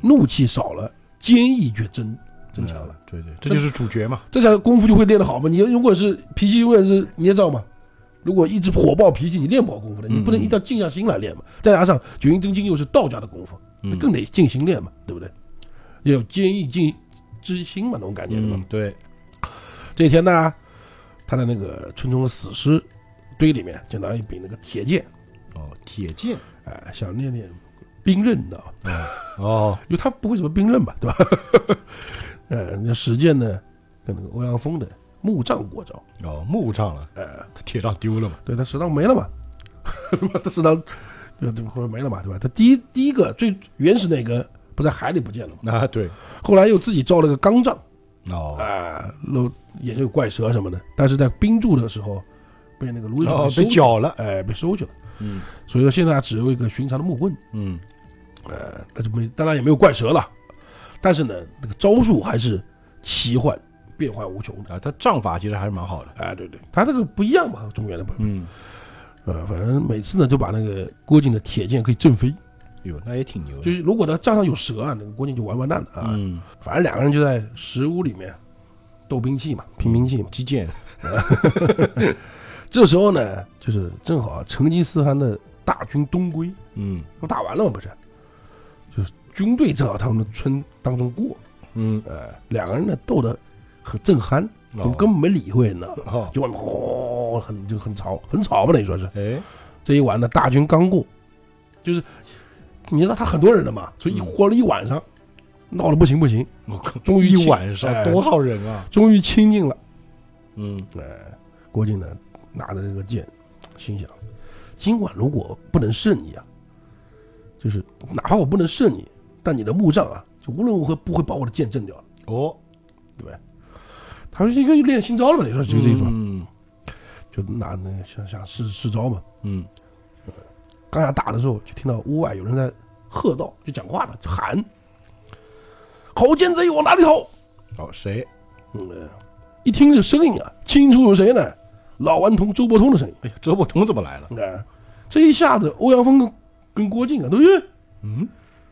S2: 怒气少了，坚毅却增增强了。
S1: 嗯，对对，这就是主角嘛，
S2: 这下功夫就会练得好嘛。你如果是脾气永远是捏造嘛，如果一直火爆脾气，你练不好功夫的。
S1: 嗯
S2: 你不能一定要静下心来练嘛。再加上九阴真经又是道家的功夫，那
S1: 嗯
S2: 更得静心练嘛，对不对？要有坚毅静之心嘛，那种感觉对吧
S1: 嗯？对，
S2: 这一天呢，他在那个村中的死尸堆里面捡到一柄那个铁剑，
S1: 哦，铁剑，
S2: 哎、想练练兵刃，你知道吧？
S1: 哦，
S2: 因为他不会什么兵刃嘛，对吧？ 呃，那石剑呢，跟那个欧阳锋的木杖过招，
S1: 哦，木杖了，
S2: 呃，
S1: 他铁杖丢了嘛，
S2: 对他食堂没了嘛， 他妈他食堂，对对，后来没了嘛，对吧？他第一第一个最原始那个不在海里不见了嘛，
S1: 啊，对，
S2: 后来又自己造了个钢杖
S1: 哦，
S2: 啊，露也有怪蛇什么的，但是在冰柱的时候被那个芦苇
S1: 哦，被
S2: 给收去了，
S1: 绞了，
S2: 哎，被收去了，
S1: 嗯
S2: 所以说现在只有一个寻常的木棍，
S1: 嗯，
S2: 呃，那就没，当然也没有怪蛇了，但是呢，那个招数还是奇幻变幻无穷的，
S1: 啊，他杖法其实还是蛮好的，
S2: 哎，对对，他这个不一样嘛，中原的不，
S1: 嗯，
S2: 呃，反正每次呢就把那个郭靖的铁剑可以震飞。
S1: 哟，哎那也挺牛
S2: 就
S1: 的，
S2: 是如果呢账上有蛇啊，那个郭靖就玩完蛋了啊。
S1: 嗯，
S2: 反正两个人就在石屋里面斗兵器嘛，拼兵器嘛。
S1: 击剑，
S2: 这时候呢，就是正好成吉思汗的大军东归，
S1: 嗯
S2: 都打完了嘛，不是？就是军队正好他们的村当中过，
S1: 嗯，
S2: 呃，两个人呢斗得很正酣，就根本没理会，你知道吗？
S1: 哦，
S2: 就外面轰，很就很吵，很吵吧？等于说是
S1: 哎，
S2: 这一晚呢，大军刚过，就是你知道他很多人的嘛，所以
S1: 嗯
S2: 过了一晚上，闹得不行不行。
S1: 我靠，
S2: 终于
S1: 一
S2: 清
S1: 晚上
S2: 哎
S1: 多少人啊？
S2: 终于清静了。
S1: 嗯，
S2: 哎郭靖呢，拿着这个剑，心想：今晚如果不能胜你啊，就是哪怕我不能胜你，但你的木杖啊，就无论如何不会把我的剑震掉。
S1: 哦，
S2: 他说：“这个练新招了嘛，你说就这意思嘛，
S1: 嗯
S2: 就拿那个想想试试招嘛。
S1: 嗯，
S2: 刚想打的时候，就听到屋外有人在喝道，就讲话了，就喊：‘好奸贼，往哪里逃
S1: 哦，谁？？’
S2: 嗯，一听这声音啊，清楚有谁呢？老顽童周伯通的声音。”
S1: 哎呀，周伯通怎么来了？
S2: 哎，这一下子，欧阳锋跟跟郭靖啊，都是
S1: 嗯，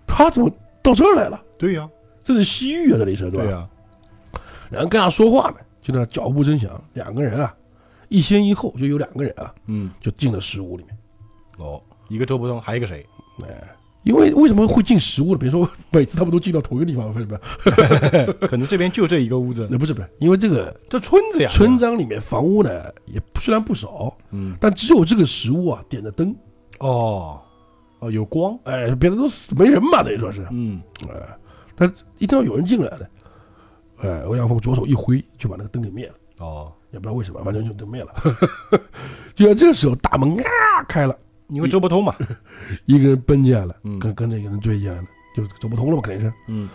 S2: 他怎么到这儿来了？
S1: 对呀，
S2: 这是西域啊，这里是对吧？
S1: 对呀，
S2: 然后跟他说话呢，就那脚步声响，两个人啊，一先一后，就有两个人啊，
S1: 嗯，
S2: 就进了石屋里面。哎
S1: 哦，一个周伯通，还有一个谁？
S2: 因为为什么会进石屋呢？别说每次他们都进到同一个地方，为什么？
S1: 哎可能这边就这一个屋子，
S2: 那不是不是，因为这个
S1: 这村子呀，
S2: 村庄里面房屋呢也虽然不少，
S1: 嗯，
S2: 但只有这个石屋啊点着灯，
S1: 哦，哦，有光，
S2: 哎，别的都死没人嘛，等于说是。
S1: 嗯，
S2: 呃，但一听到有人进来了，呃，欧阳锋左手一挥就把那个灯给灭了，
S1: 哦，
S2: 也不知道为什么，反正就灯灭了。 就在这个时候，大门啊开了，
S1: 因为周伯通嘛，
S2: 一个人奔进来了，
S1: 嗯
S2: 跟跟着一个人追进来了，就是走不通了嘛，肯定是。
S1: 嗯，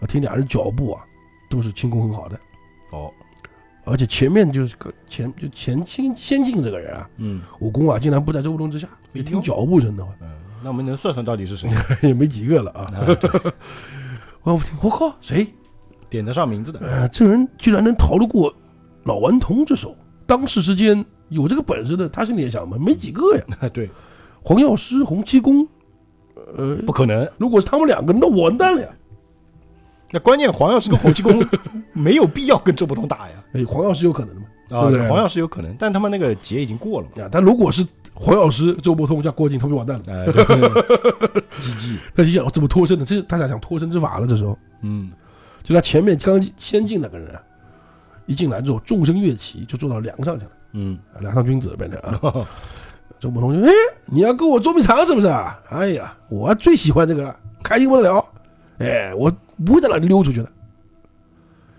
S2: 我听俩人脚步啊，都是轻功很好的，
S1: 哦，
S2: 而且前面就是个前就前清先进这个人啊，
S1: 嗯
S2: 武功啊竟然不在周伯通之下，一听脚步声的话，
S1: 嗯，那我们能算算到底是谁？
S2: 也没几个了啊。
S1: 啊对
S2: 我听，我靠，谁？
S1: 点得上名字的，
S2: 呃，这人居然能逃得过老顽童之手，当时之间有这个本事的，他心里也想嘛，没几个呀。
S1: 对，
S2: 黄药师、洪七公，呃，
S1: 不可能。
S2: 如果是他们两个，那我完蛋了呀。
S1: 那关键黄药师跟洪七公没有必要跟周伯通打呀。
S2: 哎，黄药师有可能的嘛？
S1: 啊，
S2: 对不对
S1: 黄药师有可能，但他们那个劫已经过了嘛。
S2: 啊，但如果是黄药师、周伯通加郭靖，他们就完蛋了。
S1: 哎，对 ，GG，
S2: 他就想怎么脱身呢？这是他想想脱身之法了。这时候，
S1: 嗯，
S2: 就他前面刚先进那个人啊，一进来之后，纵身跃起就坐到梁上去了。
S1: 嗯，
S2: 梁上君子变成啊。 周伯通就哎，你要跟我捉迷藏是不是啊？哎呀，我最喜欢这个了，开心不得了。哎，我不会在那里溜出去的。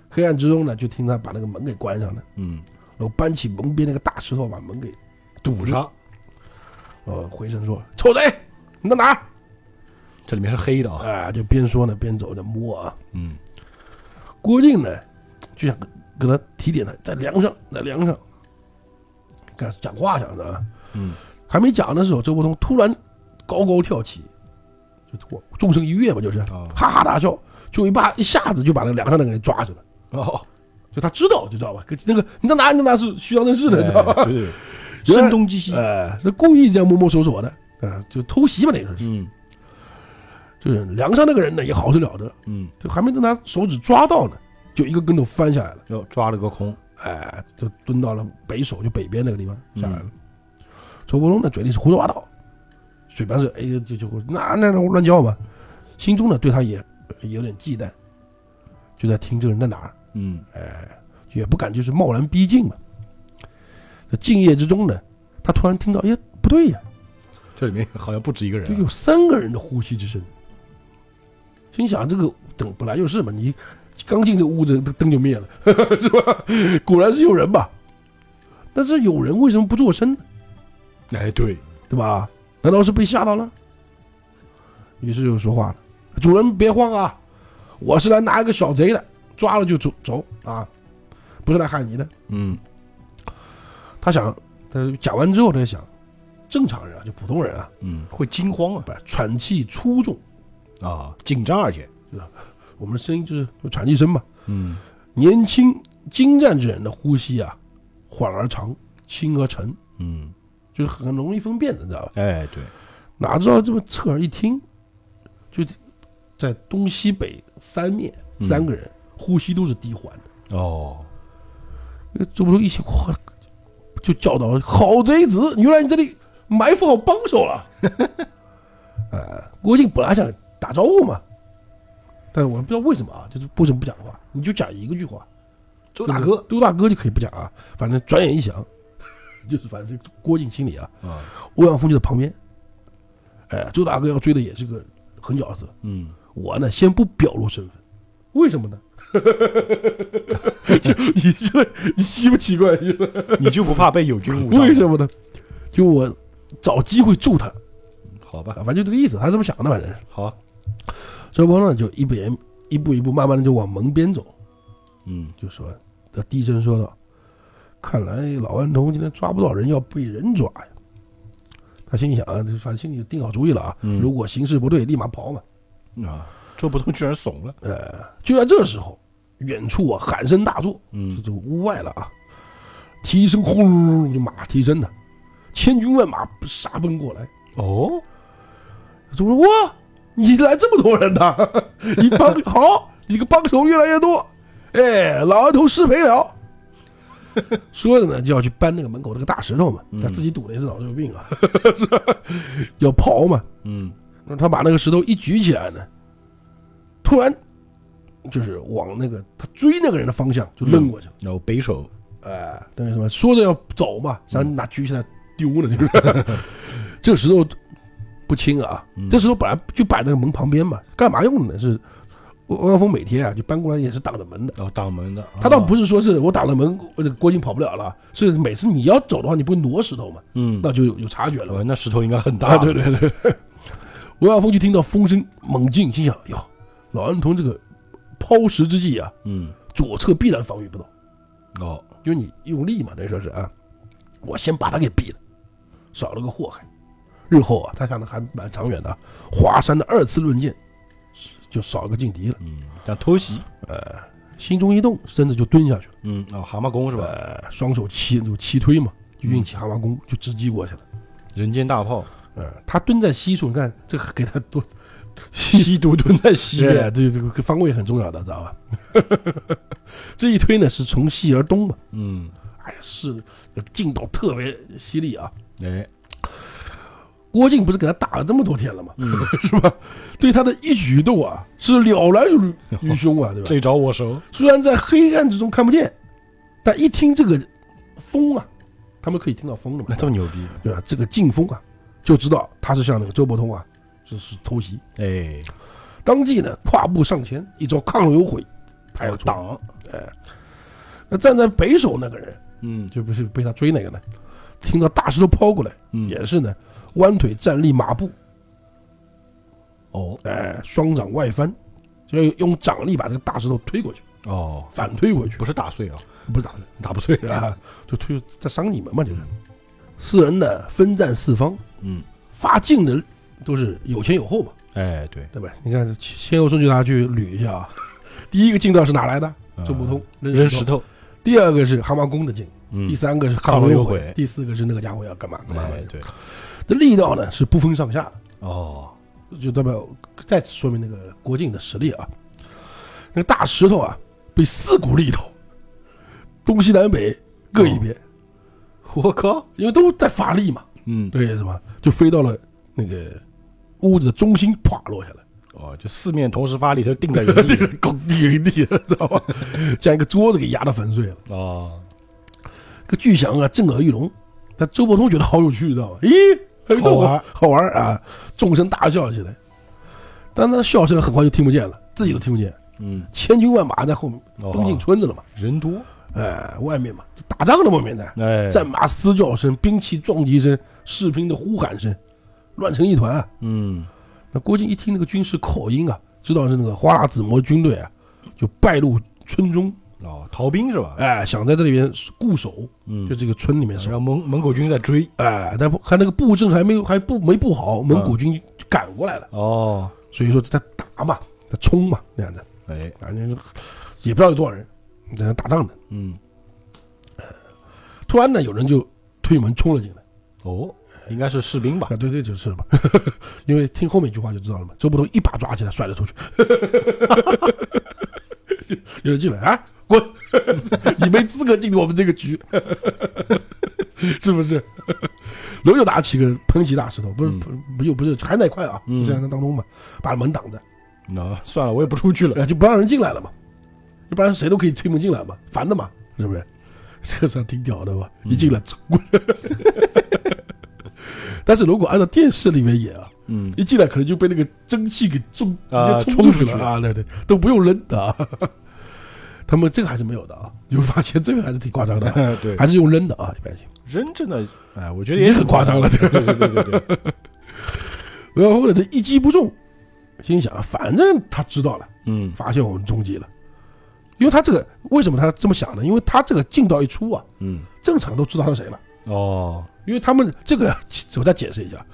S2: 黑暗之中呢，就听他把那个门给关上了，
S1: 嗯，
S2: 然后搬起门边那个大石头把门给
S1: 堵上，
S2: 呃回声说：“臭贼，你在哪儿
S1: 这里面是黑的？”啊，
S2: 啊，就边说呢边走着摸啊。
S1: 嗯
S2: 郭靖呢，就想跟他提点他，在梁上，在梁上，跟他讲话想着啊，
S1: 嗯
S2: 还没讲的时候，周伯通突然高高跳起，就我纵身一跃吧，就是
S1: 啊
S2: 哈哈大笑，就一把一下子就把那个梁上那个人抓住了。
S1: 哦，
S2: 就他知道，就知道吧？跟那个你在哪？你在哪是虚张声势的，你知道吧？
S1: 哎 对对，对声东击西，
S2: 哎，是故意这样摸摸索索的，啊，就偷袭嘛，那个是。
S1: 嗯
S2: 就是梁上那个人呢，也好生了得，
S1: 嗯，
S2: 就还没等他手指抓到呢，就一个跟头翻下来了。
S1: 又抓了个空，
S2: 哎，就蹲到了北首，就北边那个地方
S1: 嗯
S2: 下来了。周伯通的嘴里是胡说八道，嘴巴是哎呀就就那那那乱叫嘛，心中呢对他也也有点忌惮，就在听这个人在哪儿，
S1: 嗯
S2: 也不敢就是贸然逼近嘛。在静夜之中呢，他突然听到，哎呀不对呀，
S1: 这里面好像不止一个
S2: 就
S1: 人
S2: 有
S1: 啊，
S2: 三个人的呼吸之声。心想这个灯本来就是嘛，你刚进这屋子灯灯就灭了， 是吧？果然是有人吧？但是有人为什么不作声呢？
S1: 哎，对，
S2: 对吧？难道是被吓到了？于是就说话了：“主人别慌啊，我是来拿一个小贼的，抓了就走走啊，不是来害你的。
S1: 嗯”
S2: 他想，他讲完之后他就想，正常人啊，就普通人啊，
S1: 嗯，会惊慌啊
S2: 不是喘气粗重，
S1: 啊，紧张而且，
S2: 我们的声音就是喘气声嘛。
S1: 嗯
S2: 年轻精湛之人的呼吸啊，缓而长，轻而沉，
S1: 嗯，
S2: 就是很容易分辨的，你知道吧？
S1: 哎，对，
S2: 哪知道这么侧耳一听，就在东西北三面
S1: 嗯
S2: 三个人、呼吸都是低缓的。
S1: 哦，
S2: 那周伯通一起哗，就叫道：“好贼子，原来你这里埋伏好帮手了。” 呃，郭靖本来想打招呼嘛，但我不知道为什么啊，就是为什么不讲话？你就讲一个句话，
S1: 周
S2: 对
S1: 大
S2: 不
S1: 哥
S2: 对周大哥就可以不讲啊。反正转眼一想， 就是反正郭靖心里啊，
S1: 啊，
S2: 欧阳锋就在旁边。哎，周大哥要追的也是个狠角色，
S1: 嗯，
S2: 我呢先不表露身份，为什么呢？ 就你这你稀不奇怪？你说
S1: 你就不怕被友军误伤？
S2: 为什么呢？就我找机会助他，
S1: 好吧，
S2: 啊，反正就这个意思，他是这么想的，反正是。
S1: 好，
S2: 周伯通呢就一边一步一步慢慢的就往门边走，
S1: 嗯
S2: 就说他低声说道：“看来老顽童今天抓不到人，要被人抓呀。”他心里想啊，就反正心里定好主意了啊，
S1: 嗯
S2: 如果形势不对，立马跑嘛。
S1: 啊，周伯通居然怂了，
S2: 呃，就在这时候，远处啊喊声大作，这
S1: 嗯
S2: 就屋外了啊！蹄声轰隆隆，就马蹄声呢，千军万马杀奔过来。
S1: 哦，
S2: 怎么说哇？你来这么多人呐！你帮好，你个帮手越来越多。哎，老顽童失陪了。说着呢，就要去搬那个门口那个大石头嘛。他
S1: 嗯
S2: 自己赌的也是脑子有病啊， 是吧要刨嘛。
S1: 嗯
S2: 那他把那个石头一举起来呢，突然就是往那个他追那个人的方向就扔过去了。
S1: 然后北手，
S2: 哎，等于什么？说着要走嘛，想拿举起来丢呢，就是 这石头不轻啊。
S1: 嗯
S2: 这石头本来就摆在那个门旁边嘛，干嘛用的呢？是欧阳锋每天啊就搬过来也是挡着门的。
S1: 然后挡门的，
S2: 他倒不
S1: 是，
S2: 是说是我挡了门，我这个郭靖跑不了了，是每次你要走的话，你不会挪石头嘛，
S1: 嗯，
S2: 那就有有察觉了嘛
S1: 呃。那石头应该很
S2: 啊，
S1: 大，
S2: 对，对对。 欧阳锋就听到风声猛进，心想：哟，老顽童这个抛石之际啊，
S1: 嗯，
S2: 左侧必然防御不到，
S1: 哦，
S2: 因为你用力嘛，等于说是啊，我先把他给毙了，少了个祸害。日后啊，他想的还蛮长远的啊，华山的二次论剑就少了个劲敌了。
S1: 嗯，想偷袭，
S2: 心中一动，身子就蹲下去了，
S1: 嗯，哦，蛤蟆功是吧？
S2: 呃，双手齐就齐推嘛，就运起蛤蟆功就直击过去了。
S1: 人间大炮，
S2: 呃，他蹲在西处，你看这个给他多
S1: 吸毒蹲在西
S2: 对，
S1: 边，
S2: 这这个方位很重要的，知道吧？ 这一推呢是从西而东嘛，
S1: 嗯，
S2: 哎呀，是劲道特别犀利啊！
S1: 哎，
S2: 郭靖不是给他打了这么多天了吗？
S1: 嗯，
S2: 是吧？对他的一举一动啊，是了然于于胸啊，对吧？
S1: 这招我熟，
S2: 虽然在黑暗之中看不见，但一听这个风啊，他们可以听到风的
S1: 那
S2: 嘛，
S1: 这么牛逼，
S2: 对吧？这个劲风啊，就知道他是向那个周伯通啊，这是偷袭。
S1: 哎，
S2: 当即呢，跨步上前，一招亢龙有悔，他要挡。
S1: 挡，
S2: 那站在北手那个人，
S1: 嗯
S2: 就不是被他追那个呢，听到大石头抛过来，
S1: 嗯，
S2: 也是呢，弯腿站立马步，
S1: 哦
S2: 哎、双掌外翻，就要用掌力把这个大石头推过去，
S1: 哦，
S2: 反推过去，
S1: 不是打碎啊，
S2: 不是打的。
S1: 打不碎
S2: 啊，就推在伤你们嘛，就是。四人呢分战四方，
S1: 嗯，
S2: 发劲的都是有前有后嘛，
S1: 哎，对，
S2: 对吧？你看这先先后顺序，大家去捋一下啊。第一个劲道是哪来的？周伯通
S1: 呃扔
S2: 石
S1: 石。头，
S2: 第二个是蛤蟆功的劲，
S1: 嗯
S2: 第，三个是
S1: 亢
S2: 亢
S1: 龙
S2: 龙
S1: 有
S2: 有
S1: 悔
S2: 悔，第四个是那个家伙要干嘛干嘛
S1: 哎，
S2: 的。
S1: 对，
S2: 这力道呢是不分上下的，
S1: 哦，
S2: 就代表再次说明那个郭靖的实力啊。那个大石头啊，被四股力头，东西南北各一边，
S1: 我靠，
S2: 因为都在发力嘛。
S1: 嗯，
S2: 对，什么就飞到了那个屋子的中心，啪落下 来，
S1: 哦，就四面同时发力，它定在 原地，
S2: 拱地原地，知道 吧？将一个桌子给压得粉碎了。
S1: 哦，
S2: 这个巨响啊，震耳欲聋。但周伯通觉得好有趣，知道吧？咦，还有这
S1: 好
S2: 种
S1: 玩
S2: 好玩儿啊！众声大笑起来，但那笑声很快就听不见了，自己都听不见，
S1: 嗯，
S2: 千军万马在后面攻进
S1: 哦
S2: 村子了嘛。
S1: 人多，
S2: 哎，外面嘛，这打仗的外面呢，
S1: 哎，
S2: 战马嘶叫声、兵器撞击声、士兵的呼喊声，乱成一团、啊。
S1: 嗯，
S2: 那郭靖一听那个军事口音啊，知道是那个花剌子模军队啊，就败入村中，
S1: 哦，逃兵是吧？
S2: 哎，想在这里边固守，
S1: 嗯
S2: 就，这个村里面
S1: 然
S2: 守，
S1: 后蒙蒙古军在追，
S2: 哎，但不还那个布阵还没有还布没布
S1: 啊
S2: 好，蒙古军就赶过来了，
S1: 哦，
S2: 所以说在打嘛，在冲嘛那样的，
S1: 哎，
S2: 反正也不知道有多少人在那打仗呢。
S1: 嗯，
S2: 突然呢，有人就推门冲了进来，
S1: 哦，应该是士兵吧？
S2: 啊，对对，就是嘛， 因为听后面一句话就知道了嘛，周伯通一把抓起来甩了出去， 有人进来啊，滚！ 你没资格进我们这个局， 是不是？楼就拿起个喷起大石头，不是、
S1: 嗯
S2: 不不就不是还那块啊，
S1: 嗯
S2: 在那当中嘛，把门挡着，
S1: 那算了，我也不出去了。
S2: 呃，就不让人进来了嘛，要不然谁都可以推门进来嘛，烦的嘛，是不是？这个算挺屌的吧？一进来
S1: 嗯
S2: 滚！ 但是如果按照电视里面演啊，
S1: 嗯，
S2: 一进来可能就被那个蒸汽给冲，
S1: 啊
S2: 直接冲
S1: 冲出
S2: 出
S1: 去
S2: 去了啊！对对，都不用扔的啊。 他们这个还是没有的啊，你会发现这个还是挺夸张的啊，
S1: 对，
S2: 还是用扔的啊，一般性。
S1: 扔着呢，哎，我觉得
S2: 已
S1: 也
S2: 经很夸张了
S1: 挺夸张的 对对对对对，
S2: 然后呢，这一击不中，心想啊反正他知道了，
S1: 嗯，
S2: 发现我们中计了，因为他这个为什么他这么想呢？因为他这个劲道一出啊，
S1: 嗯，
S2: 正常都知道他是谁了，
S1: 哦，
S2: 因为他们这个 我再解释一下，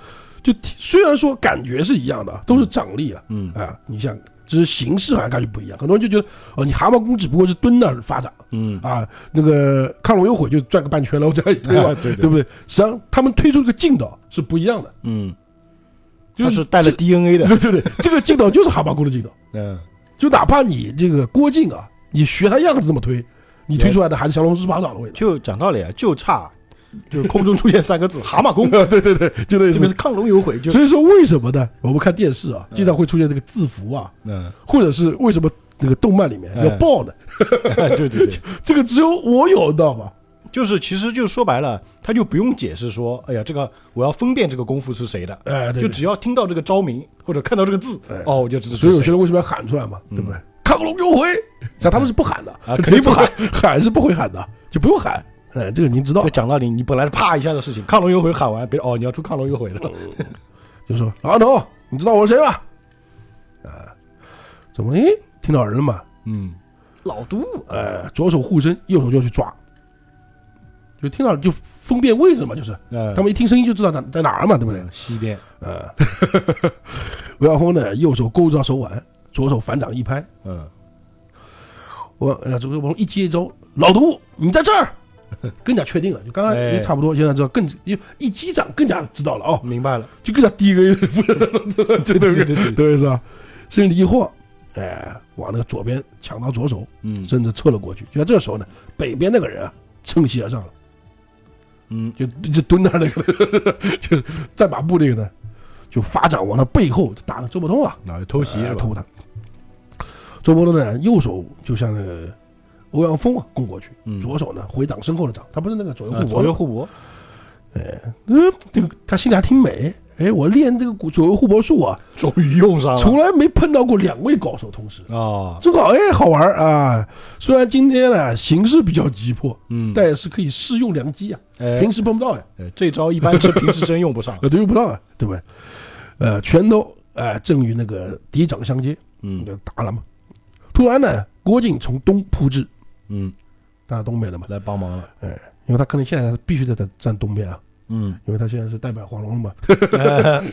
S2: 就听虽然说感觉是一样的啊，都是掌力啊，
S1: 嗯
S2: 啊，你像只是形式好像感觉不一样，很多人就觉得哦，你蛤蟆功只不过是蹲那儿发展
S1: 嗯，
S2: 啊，那个亢龙有悔就转个半圈了，我这样一推
S1: 对
S2: 完，
S1: 对
S2: 对，不对？实际上他们推出这个劲道是不一样的，
S1: 嗯，
S2: 就
S1: 他是带了 DNA 的，
S2: 对对对，这个劲道就是蛤蟆功的劲道，
S1: 嗯，
S2: 就哪怕你这个郭靖啊，你学他样子这么推，你推出来的还是降龙十八掌的味道，
S1: 就讲道理啊，就差就是空中出现三个字蛤蟆 功，
S2: 对对对，就
S1: 这边
S2: 类似
S1: 是。亢龙有悔，就
S2: 所以说为什么呢？我们看电视啊，经常会出现这个字符啊，
S1: 嗯，
S2: 或者是为什么那个动漫里面要
S1: 哎
S2: 爆呢？
S1: 对对对，
S2: 这个只有我有，你知道吧？
S1: 就是其实就说白了，他就不用解释说，哎呀，这个我要分辨这个功夫是谁的，
S2: 哎，对
S1: 就
S2: 对
S1: 只要听到这个招名或者看到这个字
S2: 哎，
S1: 哦，我就知道
S2: 所以有
S1: 是
S2: 些
S1: 谁。
S2: 人为什么要喊出来嘛？对不对？亢龙有悔，像他们是不喊的
S1: 啊肯定不喊，
S2: 喊 是不会喊的，就不用喊。哎，这个您知道
S1: 就，讲道理，你本来是啪一下的事情，亢龙有悔喊完，别人哦，你要出亢龙有悔的 了。
S2: 就说老顽童，你知道我是谁吗？啊，怎么？诶，听到有人了嘛？
S1: 嗯，老杜，
S2: 呃，左手护身，右手就要去抓，就听到就分辨位置嘛，就是
S1: 呃
S2: 他们一听声音就知道在在哪儿嘛，对不对？
S1: 西边，
S2: 呃，韦小红呢，右手勾抓手腕，左手反掌一拍，
S1: 嗯，
S2: 我呃，这个我一接一招，老毒，你在这 儿，更加确定了，就刚刚
S1: 哎
S2: 已经差不多，现在知道更一一击掌更加知道了哦，
S1: 明白了，
S2: 就更加低个，不是
S1: 对对对对，
S2: 对是吧？身体一晃，哎，往那个左边抢到左手，
S1: 嗯
S2: 甚至撤了过去。就在这时候呢，北边那个人啊，趁隙而上了，
S1: 嗯，
S2: 就就蹲那儿那个， 就在马步那个呢，就发展往他背后就打了周伯通啊，
S1: 那偷袭
S2: 哎
S1: 是吧？
S2: 偷他。周伯通呢，右手就像那个欧阳锋啊攻过去，
S1: 嗯
S2: 左手呢回挡身后的掌，他不是那个左右
S1: 呃
S2: 互搏
S1: 左
S2: 吗
S1: 右互搏，
S2: 嗯，这个他心里还挺美。哎，我练这个古左右互搏术啊，
S1: 终于用上
S2: 从来没碰到过两位高手同时。
S1: 啊，
S2: 这个哎好玩儿啊！虽然今天呢形势比较急迫，
S1: 嗯，
S2: 但也是可以试用良机啊。
S1: 哎，
S2: 平时碰不到呀，，
S1: 呃这招一般是平时真用不上
S2: 呃，都用不到啊，对不对？呃，拳头哎正与那个敌掌相接，
S1: 嗯
S2: 就打了嘛。突然呢，郭靖从东扑至，
S1: 嗯，
S2: 打东北了嘛，哎
S1: 来帮忙了，
S2: 因为他可能现在是必须得在站东边啊，
S1: 嗯，
S2: 因为他现在是代表黄龙 了嘛。
S1: 呃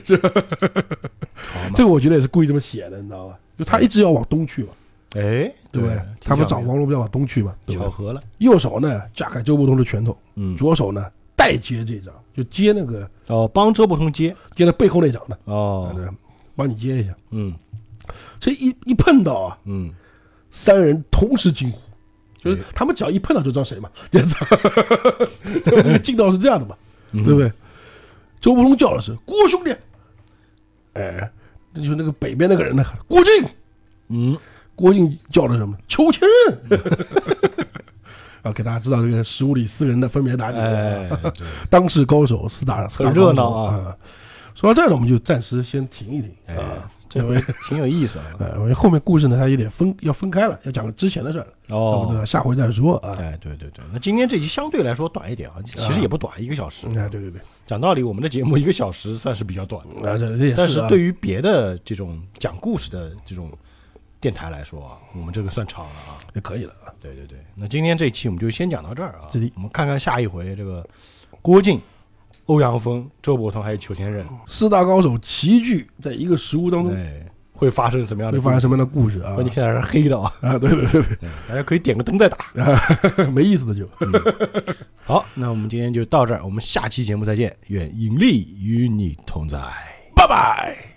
S1: 好嘛
S2: 这，个我觉得也是故意这么写的，你知道吧？就他一直要往东去嘛，
S1: 哎，
S2: 对不对？
S1: 挺
S2: 他们
S1: 讲
S2: 找
S1: 究
S2: 黄龙不要往东去嘛，对不
S1: 巧
S2: 对？
S1: 合了，
S2: 右手呢架开周伯通的拳头，
S1: 嗯，
S2: 左手呢代接这掌，就接那个
S1: 哦，帮周伯通接，
S2: 接他背后那掌的，
S1: 哦，
S2: 哎帮你接一下。
S1: 嗯
S2: 这一一碰到啊，
S1: 嗯，
S2: 三人同时惊呼，就是
S1: 哎
S2: 他们只要一碰到就知道谁嘛， 这样子，我们劲道是这样的嘛，
S1: 嗯
S2: 对不对？周伯通叫的是郭兄弟，哎，那就是那个北边那个人呢，郭靖，
S1: 嗯，
S2: 郭靖叫的什么？裘千仞。 啊，给大家知道这个十五里四个人的分别打几个人
S1: 哎
S2: 啊、，当世高手四大四大高手
S1: 热闹啊
S2: 嗯说到这儿呢，我们就暂时先停一停
S1: 哎
S2: 啊，
S1: 这
S2: 因为
S1: 挺有意思啊，
S2: 呃，我后面故事呢，它有点分要分开了，要讲之前的事儿了，
S1: 哦
S2: 差不，多下回再说啊。
S1: 哎，对对对，那今天这集相对来说短一点啊，其实也不短，一个小时。
S2: 哎，对对对，
S1: 讲道理，我们的节目一个小时算是比较短的，
S2: 啊，这这也
S1: 但
S2: 是啊
S1: 对于别的这种讲故事的这种电台来说啊，我们这个算长了啊。
S2: 也可以了啊。
S1: 对对对，那今天这期我们就先讲到这儿啊
S2: 这里，
S1: 我们看看下一回这个郭靖、欧阳锋、周伯通还有裘千仞，
S2: 四大高手齐聚在一个食物当中，
S1: 哎，会发生什么样的
S2: 嗯会
S1: 故事？
S2: 发生什么样的故事啊
S1: 关？键现在是黑的啊，
S2: 啊，对对对对
S1: 对大家可以点个灯再打。
S2: 对，没意思的就。
S1: 好，那我们今天就到这儿，我们下期节目再见，愿引力与你同在。
S2: 拜拜。